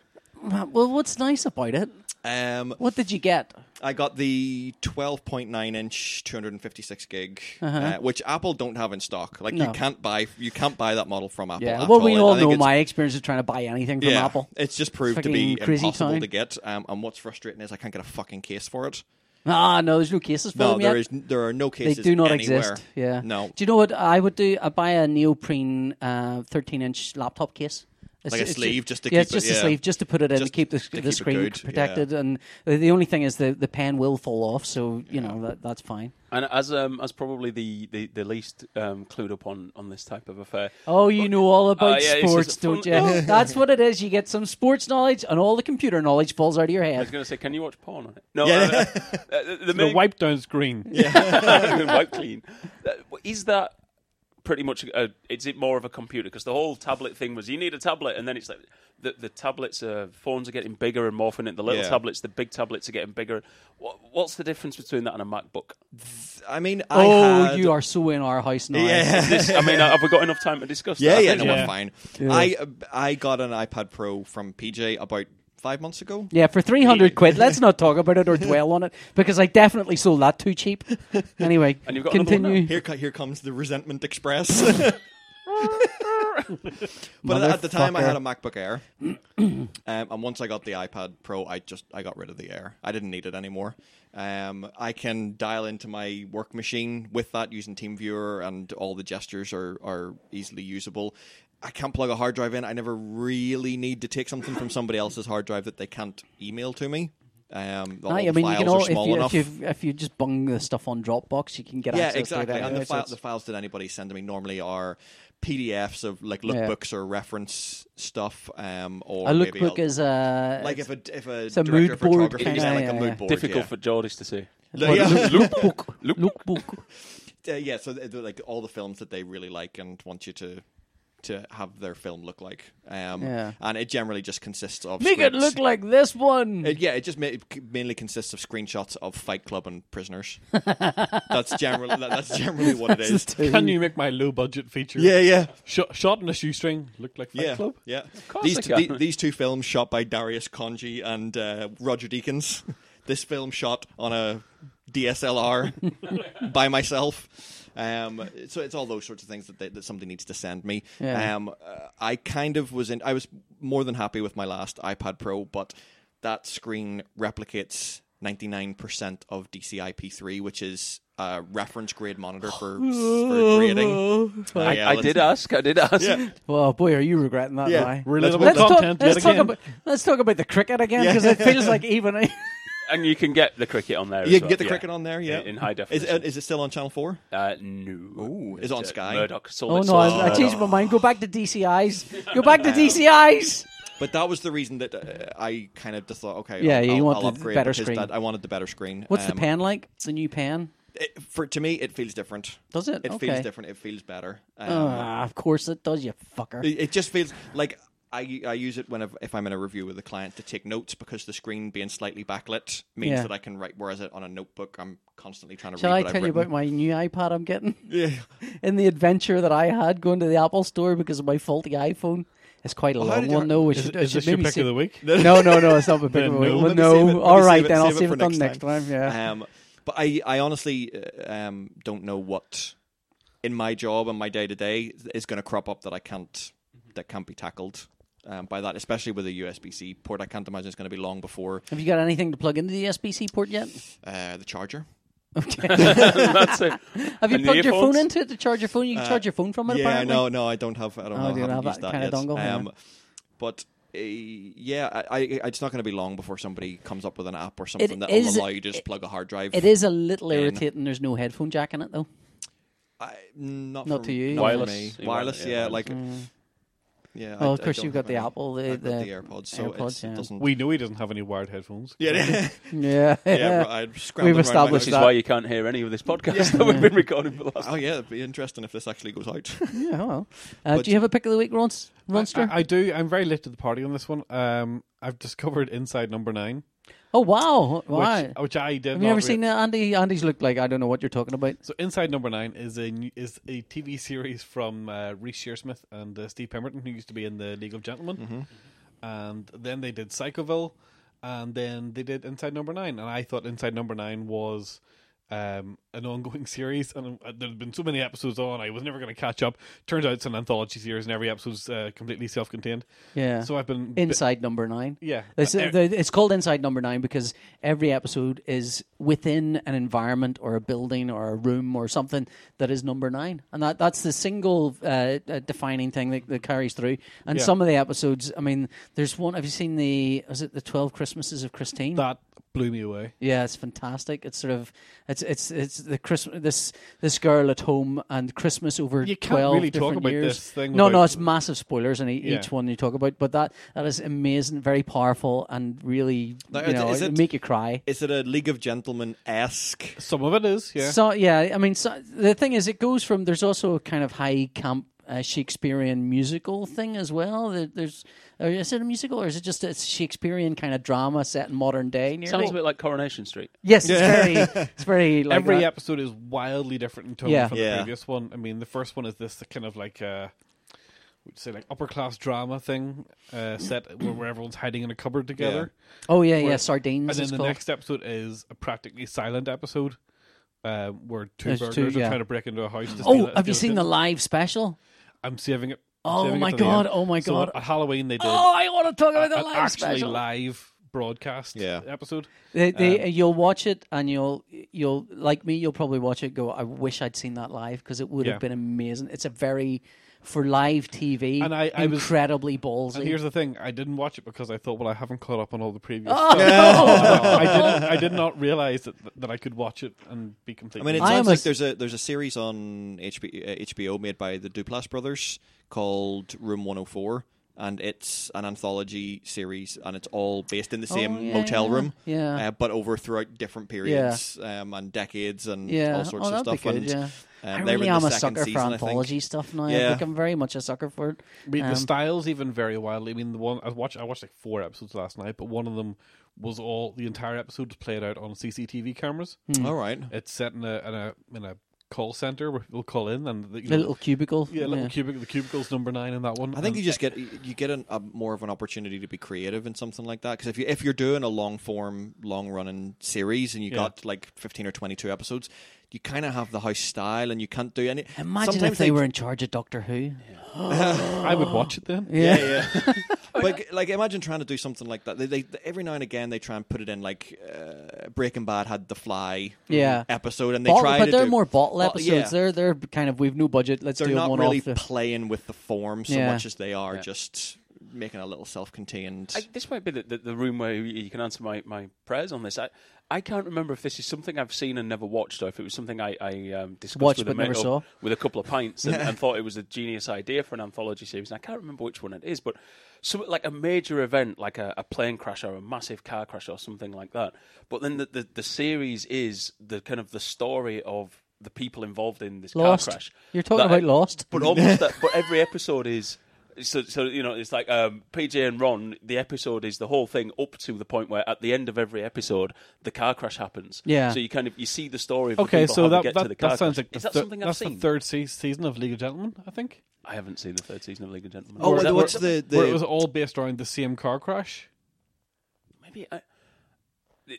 C: Well, what's nice about it?
D: Um,
C: What did you get?
D: I got the 12.9 inch 256 gig, uh, which Apple don't have in stock. Like
C: Uh-huh. No.
D: you can't buy you can't buy that model from Apple.
C: Yeah,
D: at
C: well, we
D: I
C: all
D: think
C: know
D: it's-
C: my experience of trying to buy anything from
D: yeah,
C: Apple.
D: It's just proved to
C: fucking
D: be
C: crazy
D: impossible
C: time.
D: to get. Um, and what's frustrating is I can't get a fucking case for it.
C: Ah, no, there's no cases for
D: No,
C: them
D: there
C: yet.
D: is n- there are no
C: they
D: cases.
C: do not
D: anywhere.
C: exist. Yeah.
D: No.
C: Do you know what I would do? I would buy a neoprene uh, 13-inch laptop case. It's,
D: Like a
C: it's ju-
D: sleeve just to
C: yeah,
D: keep
C: it's
D: it-
C: just a
D: yeah.
C: sleeve just to put it in
D: Just
C: to keep the,
D: to
C: the
D: keep it
C: screen
D: good, yeah.
C: protected, and the, the only thing is the, the pen will fall off, so you know that, that's fine.
B: And as um, as probably the the, the least um, clued up on, on this type of affair.
C: Oh, you know all about
B: yeah, it's just
C: sports,
B: a
C: don't you?
B: fun-
D: *laughs*
C: *laughs* That's what it is. You get some sports knowledge, and all the computer knowledge falls out of your
B: I was
C: head.
B: going to say, can you watch porn on it? No,
D: Yeah.
B: uh, uh, uh, the,
A: the
B: main- *laughs*
A: wipe down's green.
B: wipe clean. Uh, Is that pretty much? A, is it more of a computer? Because the whole tablet thing was you need a tablet, and then it's like the, the tablets, uh, phones are getting bigger and morphing it. The little
D: Yeah.
B: tablets, the big tablets are getting bigger. What, what's the difference between that and a MacBook?
D: I mean, *laughs* I
C: Oh,
D: had-
C: you are so in our house now.
D: Yeah.
B: This, I mean, have we got enough time to discuss?
D: Yeah,
B: that?
D: yeah,
B: I
D: no,
B: think-
A: Yeah.
D: we're fine. I I got an iPad Pro from PJ about five months ago.
C: *laughs* Yeah, for 300
D: *laughs*
C: quid. Let's not talk about it or dwell on it because I definitely sold that too
D: *laughs*
C: cheap. Anyway,
B: And you've got another one
C: continue.
D: Here, co- here comes the resentment
C: *laughs*
D: express. but at the time, I had a MacBook Air, *clears throat* um, and once I got the iPad Pro, I just I got rid of the Air. I didn't need it anymore. Um, I can dial into my work machine with that using TeamViewer, and all the gestures are are easily usable. I can't plug a hard drive in. I never really need to take something from somebody else's hard drive that they can't email to me. Um, all
C: Aye,
D: the
C: I mean, you
D: files
C: can
D: are
C: all, if,
D: small
C: you,
D: enough
C: if, you, if you just bung the stuff on Dropbox, you can get
D: yeah,
C: access
D: exactly.
C: to that.
D: And the,
C: It's-
D: fi-
C: it's-
D: the files that anybody send to me normally are PDFs of like lookbooks or reference stuff, um, or
C: a
D: maybe
C: lookbook
D: I'll-
C: is uh, a
D: like if a if a
C: a
D: director
C: mood
D: of
C: board
D: photography
C: kinda,
D: sent, like
C: yeah,
D: a
C: yeah.
D: mood board.
B: difficult
D: yeah.
B: for Geordies to see.
C: *laughs*
D: Like, yeah.
C: lookbook. lookbook.
D: Uh, yeah, so th- they're, like all the films that they really like and want you to to have their film look like, um,
C: Yeah.
D: and it generally just consists of
C: Make it
D: scripts.
C: look like this one.
D: It- yeah, it just ma- it c- mainly consists of screenshots of Fight Club and
C: *laughs*
D: prisoners. that's generally that, that's generally what it is.
A: Can you make my low budget feature?
D: Yeah, yeah.
A: Shot, shot in a shoestring. Look like Fight
D: yeah,
A: Club.
D: Yeah,
B: course
D: these
B: I
D: two, the-
B: can.
D: these two films shot by Darius Conji and uh, Roger Deakins. *laughs* this film shot on a DSLR *laughs* by myself. Um, so it's all those sorts of things that, they, that somebody needs to send me.
C: Yeah.
D: Um, uh, I kind of was in. I was more than happy with my last iPad Pro, but that screen replicates. 99% of DCI-P3, which is a reference grade monitor
B: *laughs*
D: for, for grading.
B: I, I
D: Yeah, let's-
B: did ask. I did ask.
D: Yeah.
C: Well, boy, are you regretting that?
D: Yeah.
C: now?
D: Let's
A: Relatable
D: Well,
C: Let's talk,
A: content
C: let's,
A: yet
C: talk
A: again.
C: about, let's talk about the cricket again
D: Yeah.
C: because it feels
D: *laughs*
C: like even.
B: *laughs* And you can get the cricket on there.
D: You
B: as
D: can
B: well.
D: get the
B: Yeah.
D: cricket on there, uh, yeah.
B: In- in high
D: Is,
B: definition.
D: it- uh, is it still on Channel 4?
B: Uh, no.
D: Ooh, is it on
B: Uh,
D: Sky?
B: Murdoch sold
C: Oh
B: it
C: no,
B: to us. *laughs*
C: I, I changed my mind. Go back to
D: *laughs*
C: DCIs. Go back to DCIs.
D: But that was the reason that uh, I kind of just thought, okay,
C: Yeah,
D: I'll,
C: you
D: I'll,
C: want
D: I'll
C: the
D: upgrade
C: better
D: because
C: screen.
D: That, I wanted the better screen.
C: What's the
D: Um,
C: pen like? The new pen?
D: it- for to me, it feels different.
C: Does it?
D: It
C: Okay.
D: feels different. It feels better. Um,
C: Ah, of course it does, you fucker.
D: it, it just feels like I I use it whenever if I'm in a review with a client to take notes because the screen being slightly backlit means
C: Yeah.
D: that I can write. Whereas it on a notebook, I'm constantly trying to.
C: Shall
D: read
C: I
D: what
C: tell
D: I've
C: you about
D: written.
C: my new iPad I'm getting?
D: *laughs* Yeah.
C: In the adventure that I had going to the Apple store because of my faulty iPhone. It's quite a
D: how
C: long
D: did you-
C: one though. We
A: Is,
C: should, I
A: is
C: should
A: this your
C: maybe
A: pick
C: see-
A: of the week?
C: *laughs* No, no, no. It's not my
D: *laughs*
C: pick
A: Then
C: of the week.
A: no.
C: Well,
D: Let me save it-
C: no.
D: let me
C: All right,
D: save it-
C: then I'll
D: save it
C: save
D: for
C: it on
D: next
C: next
D: time.
C: time.
D: *laughs*
C: Yeah.
D: Um, but I, I honestly uh, um, don't know what in my job and my day to day is going to crop up that I can't
C: Mm-hmm.
D: that can't be tackled um, by that, especially with a USB C port. I can't imagine it's going to be long before
C: Have you got anything to plug into the SBC port
D: *laughs*
C: yet?
D: uh, the charger.
C: Okay.
B: That's it.
C: Have you
B: And the
C: plugged your phone
B: earphones?
C: into it to charge your phone? You can charge your phone from it.
D: Uh, yeah,
C: apparently.
D: no, no, I don't have. I don't
C: Oh,
D: know.
C: do
D: I
C: you
D: haven't
C: have
D: used
C: that
D: that,
C: kinda
D: yet.
C: dongle? Yeah.
D: Um, but uh, yeah, I, I, it's not going to be long before somebody comes up with an app or something that will
C: is-
D: allow you to just plug a hard drive.
C: It is a little
D: Yeah, no.
C: irritating. There's no headphone jack in it though.
D: I, not
C: Not
D: for,
C: to you.
D: not for
B: Wireless.
D: me.
B: Yeah,
D: Wireless,
B: yeah,
D: yeah,
B: wireless.
D: like Yeah.
C: Oh,
D: I-
C: of
D: I
C: course
D: don't
C: you've got
D: have
C: the
D: any.
C: Apple, the,
D: I've
C: the
D: got the AirPods, so it's,
C: AirPods, *laughs* yeah.
D: it doesn't.
A: We know he doesn't have any wired headphones. *laughs*
D: yeah,
C: *laughs* yeah, *laughs*
D: yeah. I'd scramble around my
B: Which
C: established
D: notes.
B: is
C: that.
B: why you can't hear any *laughs* of this podcast that we've been recording for the *laughs* last.
D: *laughs* Oh yeah, it'd be interesting if this actually goes out. *laughs*
C: Yeah, well. Uh,
D: But- uh,
C: do you have a pick of the week, Ronst- Ronster?
A: I, I do. I'm very late to the party on this one. Um, I've discovered Inside Number Nine,
C: oh wow!
A: which,
C: Why?
A: which I did.
C: have
A: not
C: you ever
A: rea-
C: seen that? Andy? Andy's looked like I don't know what you're talking about.
A: So Inside Number Nine is a new- is a TV series from uh, Reese Shearsmith and uh, Steve Pemberton, who used to be in the League of Gentlemen, and then they did Psychoville, and then they did Inside Number Nine, and I thought Inside Number Nine was. Um, an ongoing *laughs* series, and uh, there had been so many episodes on, I was never going to catch up. Turns out it's an anthology series, and every episode's uh, completely self-contained.
C: Yeah.
A: So I've been
C: Inside Number Nine.
A: Yeah.
C: It's,
A: Uh,
C: the- it's called Inside Number Nine because every episode is within an environment or a building or a room or something that is number nine, and that, that's the single uh, uh, defining thing that, that carries through. And
A: Yeah.
C: some of the episodes, I mean, there's one. Have you seen the? Is it the Twelve Christmases of Christine?
A: that blew me away.
C: Yeah, it's fantastic. It's sort of it's it's it's the Christmas this this girl at home and Christmas over
A: You can't
C: twelve
A: really talk
C: different
A: about
C: years.
A: this thing
C: no, no,
A: without-
C: it's massive spoilers in e-
A: Yeah.
C: each one you talk about. But that that is amazing, very powerful, and really
D: Now,
C: you
D: is-
C: know
D: is it-
C: make you cry.
D: Is it a League of Gentlemen esque?
A: Some of it is, yeah.
C: So yeah, I mean, so, the thing is, it goes from there's also a kind of high camp. uh Shakespearean musical thing as well. There- There's, uh, is it a musical or is it just a Shakespearean kind of drama set in modern day? Nearly?
B: Sounds a bit like Coronation Street.
C: yes,
A: *laughs*
C: it's very, it's very like uh,
A: Every
C: that.
A: episode is wildly different in tone
C: Yeah.
A: from
D: Yeah.
A: the previous one. I mean, the first one is this kind of like uh we'd say like upper class drama thing uh, set where, where everyone's hiding in a cupboard together.
C: Oh yeah, yeah,
A: Where-
C: sardines.
A: And then
C: it's
A: the
C: called.
A: next episode is a practically silent episode uh, where two
C: There's
A: burglars
C: two,
A: are
C: yeah.
A: trying to break into a house. To steal
C: Oh,
A: it-
C: have you
A: steal
C: seen
A: it.
C: the live special?
A: I'm saving it. I'm
C: Oh
A: saving it
C: my
A: to the
C: God,
A: end.
C: oh my
A: So
C: God.
A: at Halloween they did
C: Oh, I want to talk about the
A: an
C: live
A: actually
C: special.
A: live broadcast
D: Yeah.
A: episode.
C: They, they, you'll watch it and you'll you'll like me. You'll probably watch it. and Go. I wish I'd seen that live because it would
A: Yeah.
C: have been amazing. It's a very for live TV
A: And I- I was-
C: incredibly ballsy.
A: And here's the thing: I didn't watch it because I thought, well, I haven't caught up on all the previous.
C: *laughs* Oh,
A: stuff. *laughs*
C: no.
B: *laughs*
A: I didn't. I did not realize that that I could watch it and be
D: I
A: completely.
D: mean, it
C: I
D: sounds
C: am a
D: like
C: s-
D: there's a there's a series on HBO, uh, HBO made by the Duplass brothers called Room 104, and it's an anthology series, and it's all based in the same
C: Oh, yeah,
D: motel
C: yeah.
D: room,
C: Yeah.
D: uh, but over throughout different periods um, and decades and
C: yeah.
D: all sorts
C: oh,
D: of
C: that'd
D: stuff.
C: Be good,
D: and
C: yeah.
D: um,
C: I
D: they were
C: really
D: in
C: am
D: the
C: a
D: second
C: sucker for
D: season, I think.
C: anthology stuff now. I
D: Yeah.
C: think I'm very much a sucker for it.
A: I mean,
C: Um,
A: the styles even vary wildly. I mean, the one I watched, I watched like four episodes last night, but one of them was all the entire episode was played out on CCTV cameras.
B: Hmm.
D: All right.
A: It's set in a in a in a call center where people call in and the, you
C: the
A: know,
C: little cubicle.
A: yeah, little cubicle. The cubicle's number nine in that one.
D: I
A: and-
D: think you just get you get an, a more of an opportunity to be creative in something like that because if you if you're doing a long form, long running series and you
A: Yeah.
D: got like fifteen or twenty two episodes, you kind of have the house style and you can't do any.
C: Imagine
D: sometimes
C: if they were in charge of Doctor Who.
A: I would watch it then.
C: Yeah.
D: Yeah,
C: *laughs*
D: yeah. *laughs* like, like imagine trying to do something like that. They, they every now and again they try and put it in like uh, Breaking Bad had the Fly
C: Yeah.
D: episode and they
C: Bottle-
D: try
C: but
D: to
C: they're
D: do-
C: more bottle
D: Well,
C: episodes.
D: yeah.
C: They're they're kind of we've no budget. Let's
D: they're
C: do a
D: not
C: one
D: really
C: off. The...
D: playing with the form so
C: Yeah.
D: much as they are just making a little self contained.
B: I, this might be the, the, the room where you you can answer my, my prayers on this. I, I can't remember if this is something I've seen and never watched, or if it was something I, I um, discussed
C: Watched
B: with, a
C: but never
B: mate
C: saw.
B: o- with a couple of pints
C: *laughs*
B: and, and thought it was a genius idea for an anthology series. And I can't remember which one it is, but some, like a major event, like a, a plane crash or a massive car crash or something like that. But then the, the, the series is the kind of the story of the people involved in this
C: Lost.
B: car crash.
C: You're talking
B: That-
C: about Lost.
B: but almost that, but every episode is so so you know it's like um, PJ and Ron the episode is the whole thing up to the point where at the end of every episode the car crash happens
C: Yeah.
B: so you kind of you see the story of
A: Okay,
B: the people,
A: so
B: how
A: that
B: they get
A: that,
B: to the
A: that
B: car
A: sounds
B: crash.
A: like the
B: is that
A: thir-
B: something I've
A: that's
B: seen
A: the third se- season of League of Gentlemen, I think.
B: I haven't seen the third season of League of Gentlemen
D: Oh,
B: Is that
D: what's
B: what-
D: the, the
A: where it was all based around the same car crash.
B: maybe I,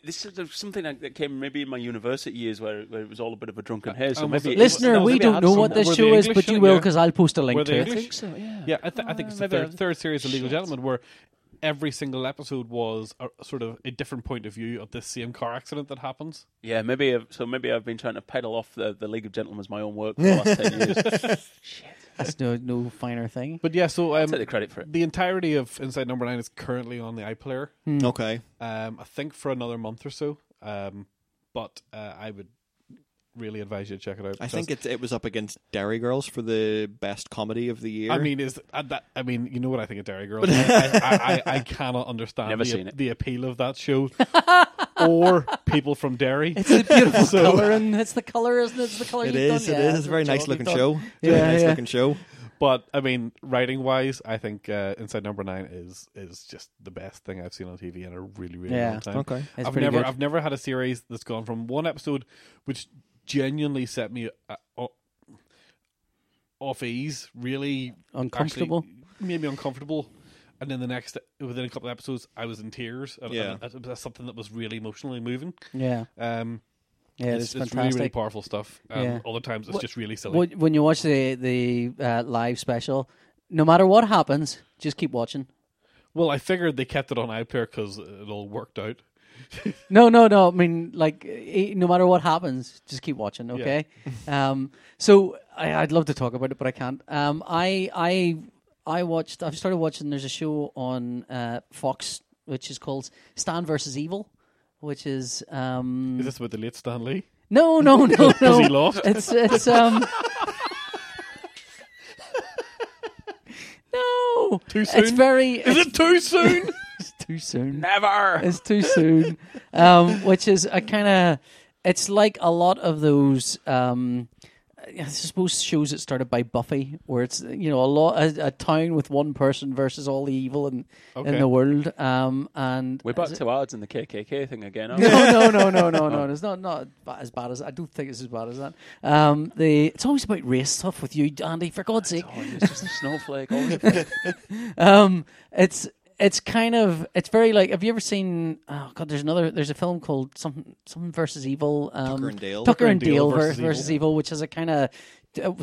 B: this is something I- that came maybe in my university years where, where it was all a bit of a drunken haze so
A: and Uh, oh, was
B: maybe
A: it-
B: it was-
C: Listener,
A: No,
C: we
A: maybe I
C: don't
A: had
C: know
A: some-
C: what this
A: were
C: show
A: they
C: is,
A: English
C: but you
A: in
C: will
A: there?
C: because I'll post a link
A: Were
C: to
A: they
C: it.
B: I
A: English?
B: think so yeah
A: Yeah, I, th- I think it's the
B: Maybe I
A: third,
B: was-
A: third series of League of
B: Shit.
A: Gentlemen where every single episode was a, sort of a different point of view of this same car accident that happens.
B: Yeah, maybe I've, so. Maybe I've been trying to peddle off the, the League of Gentlemen as my own work for the last
A: *laughs*
B: ten years.
C: That's no no finer thing.
A: But yeah, so um,
B: Take the credit for it.
A: the entirety of Inside Number Nine is currently on the iPlayer.
D: okay.
A: Um, I think for another month or so. Um, but uh, I would really advise you to check it out.
D: I
A: because-
D: think it it was up against Dairy Girls for the best comedy of the year.
A: I mean, is uh, that? I mean, you know what I think of Dairy
B: *laughs*
A: Girls. I, I, I, I cannot understand
B: Never
A: the,
B: seen it.
A: the appeal of that
B: *laughs*
A: show or people from Dairy.
C: *laughs* It's a *laughs* beautiful color, and it's the color, isn't it? It's the color.
D: it
C: you've
D: is.
C: Done.
D: It
C: Yeah,
D: is. It's a very
C: the
D: nice
C: job
D: looking
C: you've
D: show.
C: done.
D: It's a
C: Yeah,
D: very nice
C: yeah.
D: looking show.
A: But I mean, writing wise, I think uh, Inside Number Nine is is just the best thing I've seen on TV in a really really
C: Yeah.
A: long time.
D: Okay.
C: It's
A: I've
C: pretty
A: never
C: good.
A: I've never had a series that's gone from one episode, which genuinely set me uh, o- off ease, really
C: Uncomfortable?
A: actually made me uncomfortable. And then the next, within a couple of episodes, I was in tears. And-
D: Yeah.
A: and that- that's something that was really emotionally moving.
C: Yeah,
A: Um,
C: yeah,
A: it's,
C: it's,
A: it's
C: fantastic.
A: really, really powerful stuff. Um,
C: Yeah.
A: Other times, it's just really silly.
C: When- when you watch the the uh, live special, no matter what happens, just keep watching.
A: Well, I figured they kept it on iPlayer because it all worked out.
C: No, no, no. I mean, like, eh, no matter what happens, just keep watching,
A: *laughs*
C: okay? um, so I, I'd love to talk about it, but I can't. Um, I, I, I watched. I've started watching. There's a show on uh, Fox which is called Stan versus Evil, which is um,
A: Is this about the late Stan Lee? *laughs*
C: no, no, no, no.
A: he lost?
C: It's
A: *laughs*
C: it's um. no,
A: Too
C: It's
A: soon?
C: very.
A: Is
C: it's
A: it too soon? *laughs*
C: too soon?
B: Never.
C: It's too soon. um, which is a kind of. It's like a lot of those. Um, I suppose shows that started by Buffy, where it's you know a lot a, a town with one person versus all the evil in in
A: Okay.
C: the world. Um, and
B: We're back
C: is it-
B: to odds and the KKK thing again. Aren't we?
C: *laughs* no, no, no, no, no, no. It's not not ba- as bad as I don't think it's as bad as that. Um, the it's always about race stuff with you, Andy. For God's sake,
B: oh, it's just a snowflake. Always a snowflake.
C: um, it's it's kind of it's very like. Have you ever seen? Oh God, there's another. There's a film called something something versus evil. Um,
D: Tucker and Dale.
C: Tucker and Dale ver- versus, Evil, which is a kind of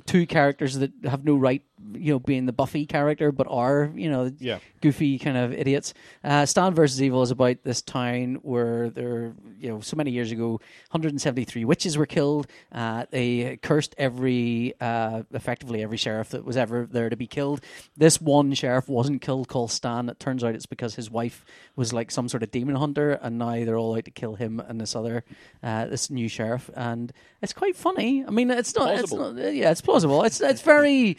C: two characters that have no right, you know, being the Buffy character, but are you know,
A: Yeah.
C: goofy kind of idiots. Uh, Stan versus Evil is about this town where there, you know, so many years ago, 173 witches were killed. Uh, they cursed every, uh, effectively every sheriff that was ever there to be killed. This one sheriff wasn't killed, called Stan. It turns out it's because his wife was like some sort of demon hunter, and now they're all out to kill him and this other, uh, this new sheriff. And it's quite funny. I mean, it's not, it's
B: Plausible.
C: not, yeah, it's plausible. It's it's very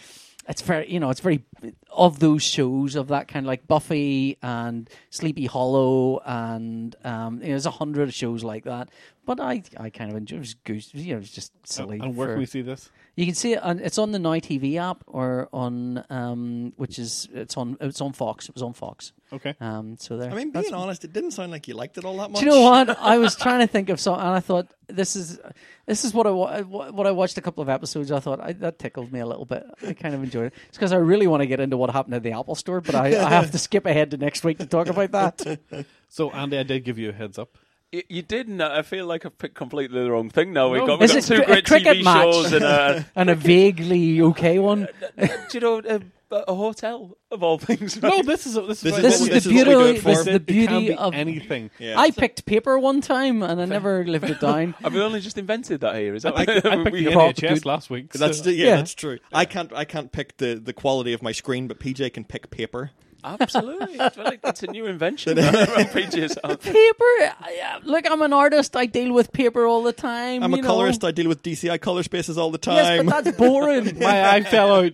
C: it's very you know it's very of those shows of that kind like buffy and sleepy hollow and um you know, there's a hundred shows like that but i i kind of enjoy it was goose you know it's just silly
A: and where
C: for-
A: can we see this?
C: you can see it on it's on the now tv app or on um which is it's on it's on fox it was on fox
A: Okay.
C: um so there
D: I mean, being honest, it didn't sound like you liked it all that much.
C: do you know what? I was trying to think of something, and I thought this is this is what I wa- what I watched a couple of episodes. I thought I, that tickled me a little bit. I kind of enjoyed it. It's because I really want to get into what happened at the Apple Store, but I, I have to skip ahead to next week to talk about that.
A: So, Andy, I did give you a heads up.
B: You, you didn't. I feel like I've picked completely the wrong thing now. We've
A: No.
B: got, we
C: Is
B: got
C: it
B: two
C: cri- a
B: great
C: cricket
B: TV
C: match?
B: shows and
C: *laughs*
B: a,
C: And a vaguely okay one.
B: do you know, a, a hotel of all things.
A: No, this is this is
D: This
A: what-
C: This is
D: what-
C: the
D: this is what we do
C: beauty.
D: it
C: This is
D: for.
C: the
A: It can
C: beauty
A: be
C: of.
A: anything.
D: Yeah.
C: I picked paper one time, and I never lived it
D: *laughs*
C: down.
B: Have we only just invented that here? Is that
A: I picked, *laughs*
B: *laughs*
A: I picked
B: we-
A: the
B: we-
A: NHS last week.
D: That's
A: so-
D: yeah,
C: Yeah.
D: that's true. I can't I can't pick the, the quality of my screen, but PJ can pick paper.
B: Absolutely. It's like- it's a new
C: *laughs*
B: invention. Outrageous.
C: Paper. I- I- Look, I'm an artist. I deal with paper all the time.
D: I'm
C: you
D: a
C: know.
D: colorist. I deal with DCI color spaces all the
C: Yes,
D: time.
C: but that's boring.
D: *laughs*
A: my eye fell out.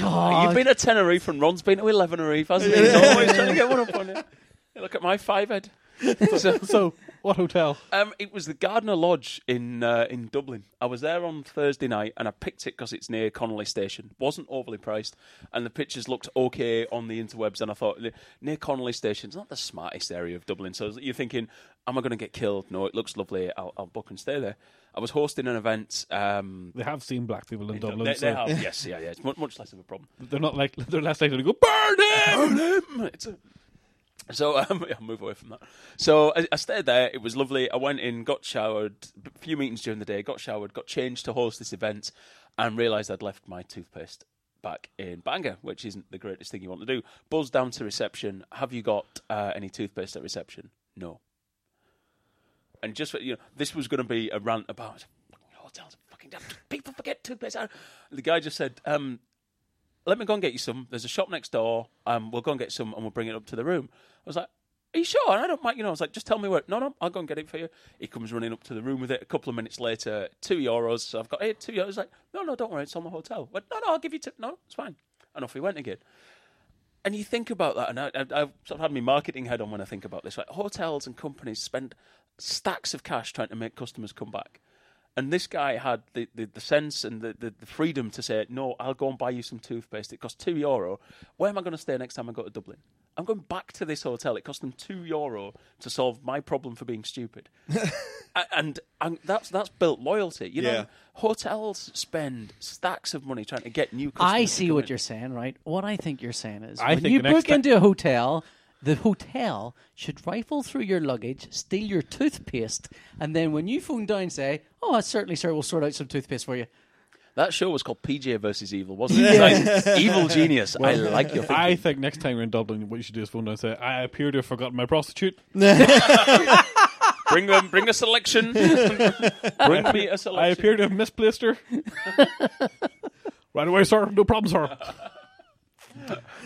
C: Oh,
B: You've been at Tenerife and Ron's been to Elevenerife, hasn't
C: *laughs*
B: he? He's always trying to get one up on it. Hey, Look at my five head. So,
A: *laughs* So, what hotel?
B: um, it was the Gardner Lodge in uh, in Dublin. I was there on Thursday night and I picked it because it's near Connolly Station. wasn't overly priced, and the pictures looked okay on the interwebs. And I thought "Ne- near Connolly Station's not the smartest area of Dublin. So you're thinking, am I going to get killed? No, it looks lovely. I'll, I'll book and stay there. I was hosting an event. Um,
A: They have seen black people in Dublin.
B: they, they
A: so *laughs*
B: are, yes, yeah, yeah. It's much, much less of a problem.
A: They're not like they're less likely to go burn him.
B: It's a- so *laughs* um, yeah, I'll move away from that. So I, I stayed there. It was lovely. I went in, got showered, a few meetings during the day, got showered, got changed to host this event, and realised I'd left my toothpaste back in Bangor, which isn't the greatest thing you want to do. Buzzed down to reception. Have you got uh, any toothpaste at reception? No. And just for- you know, this was going to be a rant about hotels. are Fucking damn, people forget toothpaste. And the guy just said, um, let me go and get you some. There's a shop next door. Um, we'll go and get some and we'll bring it up to the room. I was like, Are you sure? And I don't mind. You know, I was like, just tell me where. No, no, I'll go and get it for you. He comes running up to the room with it. A couple of minutes later, two euros. So I've got here two euros. He's like, no, no, don't worry, it's on the hotel. But no, no, I'll give you two. No, it's fine. And off he went again. And you think about that, and I, I, I've sort of had my marketing head on when I think about this. Like hotels and companies spend stacks of cash trying to make customers come back. And this guy had the, the, the sense and the, the, the freedom to say, No, I'll go and buy you some toothpaste. It costs two euro. Where am I going to stay next time I go to Dublin? I'm going back to this hotel. It cost them two euro to solve my problem for being stupid. A- and and that's that's built loyalty. You know,
D: Yeah.
B: hotels spend stacks of money trying to get new customers.
C: I
B: to
C: see
B: come
C: what
B: in.
C: you're saying, right? What I think you're saying is
A: I
C: when
A: think
C: you
A: the next
C: book
A: ti-
C: into a hotel, the hotel should rifle through your luggage, steal your toothpaste, and then when you phone down, say, "Oh, certainly, sir, we'll sort out some toothpaste for you."
B: That show was called PJ versus Evil, wasn't it? It's like, evil genius. I like your
A: I
B: thinking.
A: think next time you're in Dublin, what you should do is phone down and say, "I appear to have forgotten my prostitute."
B: bring them, bring a selection. bring me a selection.
A: I appear to have misplaced *laughs* her. right away, sir. No problem, sir.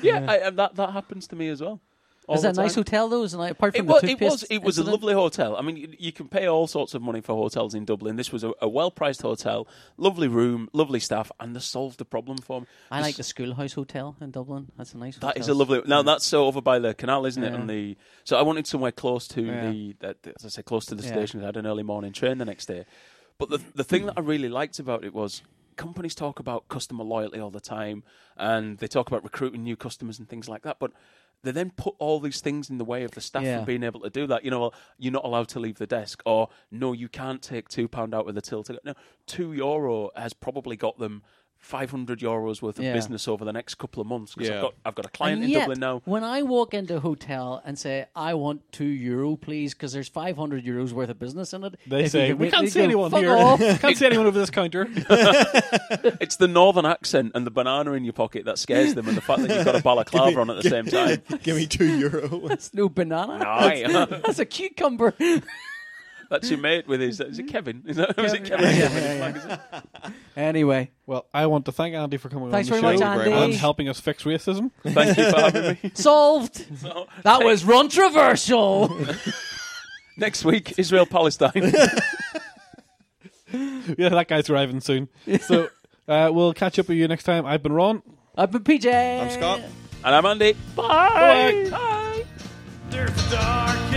B: Yeah, I, and that that happens to me as well. All
C: Is
B: the
C: that a nice
B: time.
C: hotel though? Isn't it? Apart from
B: It was,
C: the
B: it
C: toothpaste,
B: was it was a
C: incident?
B: lovely hotel. I mean, you, you can pay all sorts of money for hotels in Dublin. This was a, a well-priced hotel, lovely room, lovely staff, and they solved the problem for me.
C: I like the
B: This-
C: Schoolhouse Hotel in Dublin. That's a nice.
B: That
C: hotel.
B: is a lovely. Now that's over by the canal, isn't it?
C: Yeah.
B: On the so I wanted somewhere close to
C: Yeah.
B: the that, that- as I say, close to the
C: Yeah.
B: station. I had an early morning train the next day, but the the thing that I really liked about it was companies talk about customer loyalty all the time, and they talk about recruiting new customers and things like that, but. They then put all these things in the way of the staff
C: Yeah.
B: from being able to do that. You know, well, you're not allowed to leave the desk, or no, you can't take two pound out of the till. To go. No, two euro has probably got them five hundred euros worth of
C: Yeah.
B: business over the next couple of months. 'cause I've
D: Yeah.
B: got I've got a client
C: And
B: in
C: yet,
B: Dublin now.
C: when I walk into a hotel and say I want two euro, please, because there's 500 euros worth of business in it,
A: They
C: if you
A: say
C: can
A: we
C: make-
A: can't
C: they
A: see
C: go,
A: anyone
C: "Fuck
A: here.
C: off."
A: *laughs*
B: *laughs*
A: can't see anyone over this counter.
B: It's the northern accent and the banana in your pocket that scares them, and the fact that you've
C: *laughs*
B: got a balaclava on at the same time.
D: *laughs* Give me two euro.
C: That's no banana.
B: Aye.
C: *laughs* That's a cucumber.
B: That's your mate with his. Is it Kevin? Is, that, was it
C: Yeah,
B: Kevin?
C: yeah, yeah, yeah. Anyway,
A: Well, I want to thank Andy for coming
C: Thanks
A: on the
C: very
A: show
D: much,
A: and
D: Andy.
A: helping us fix racism.
B: Thank you for having me.
D: *laughs*
C: solved.
B: So,
C: That was controversial. *laughs*
B: next week, Israel Palestine.
A: *laughs* yeah, that guy's arriving soon. *laughs* So uh, we'll catch up with you next time. I've been Ron.
C: I've been PJ. *laughs*
D: I'm Scott.
B: and I'm Andy. Bye. Bye.
E: There's a dark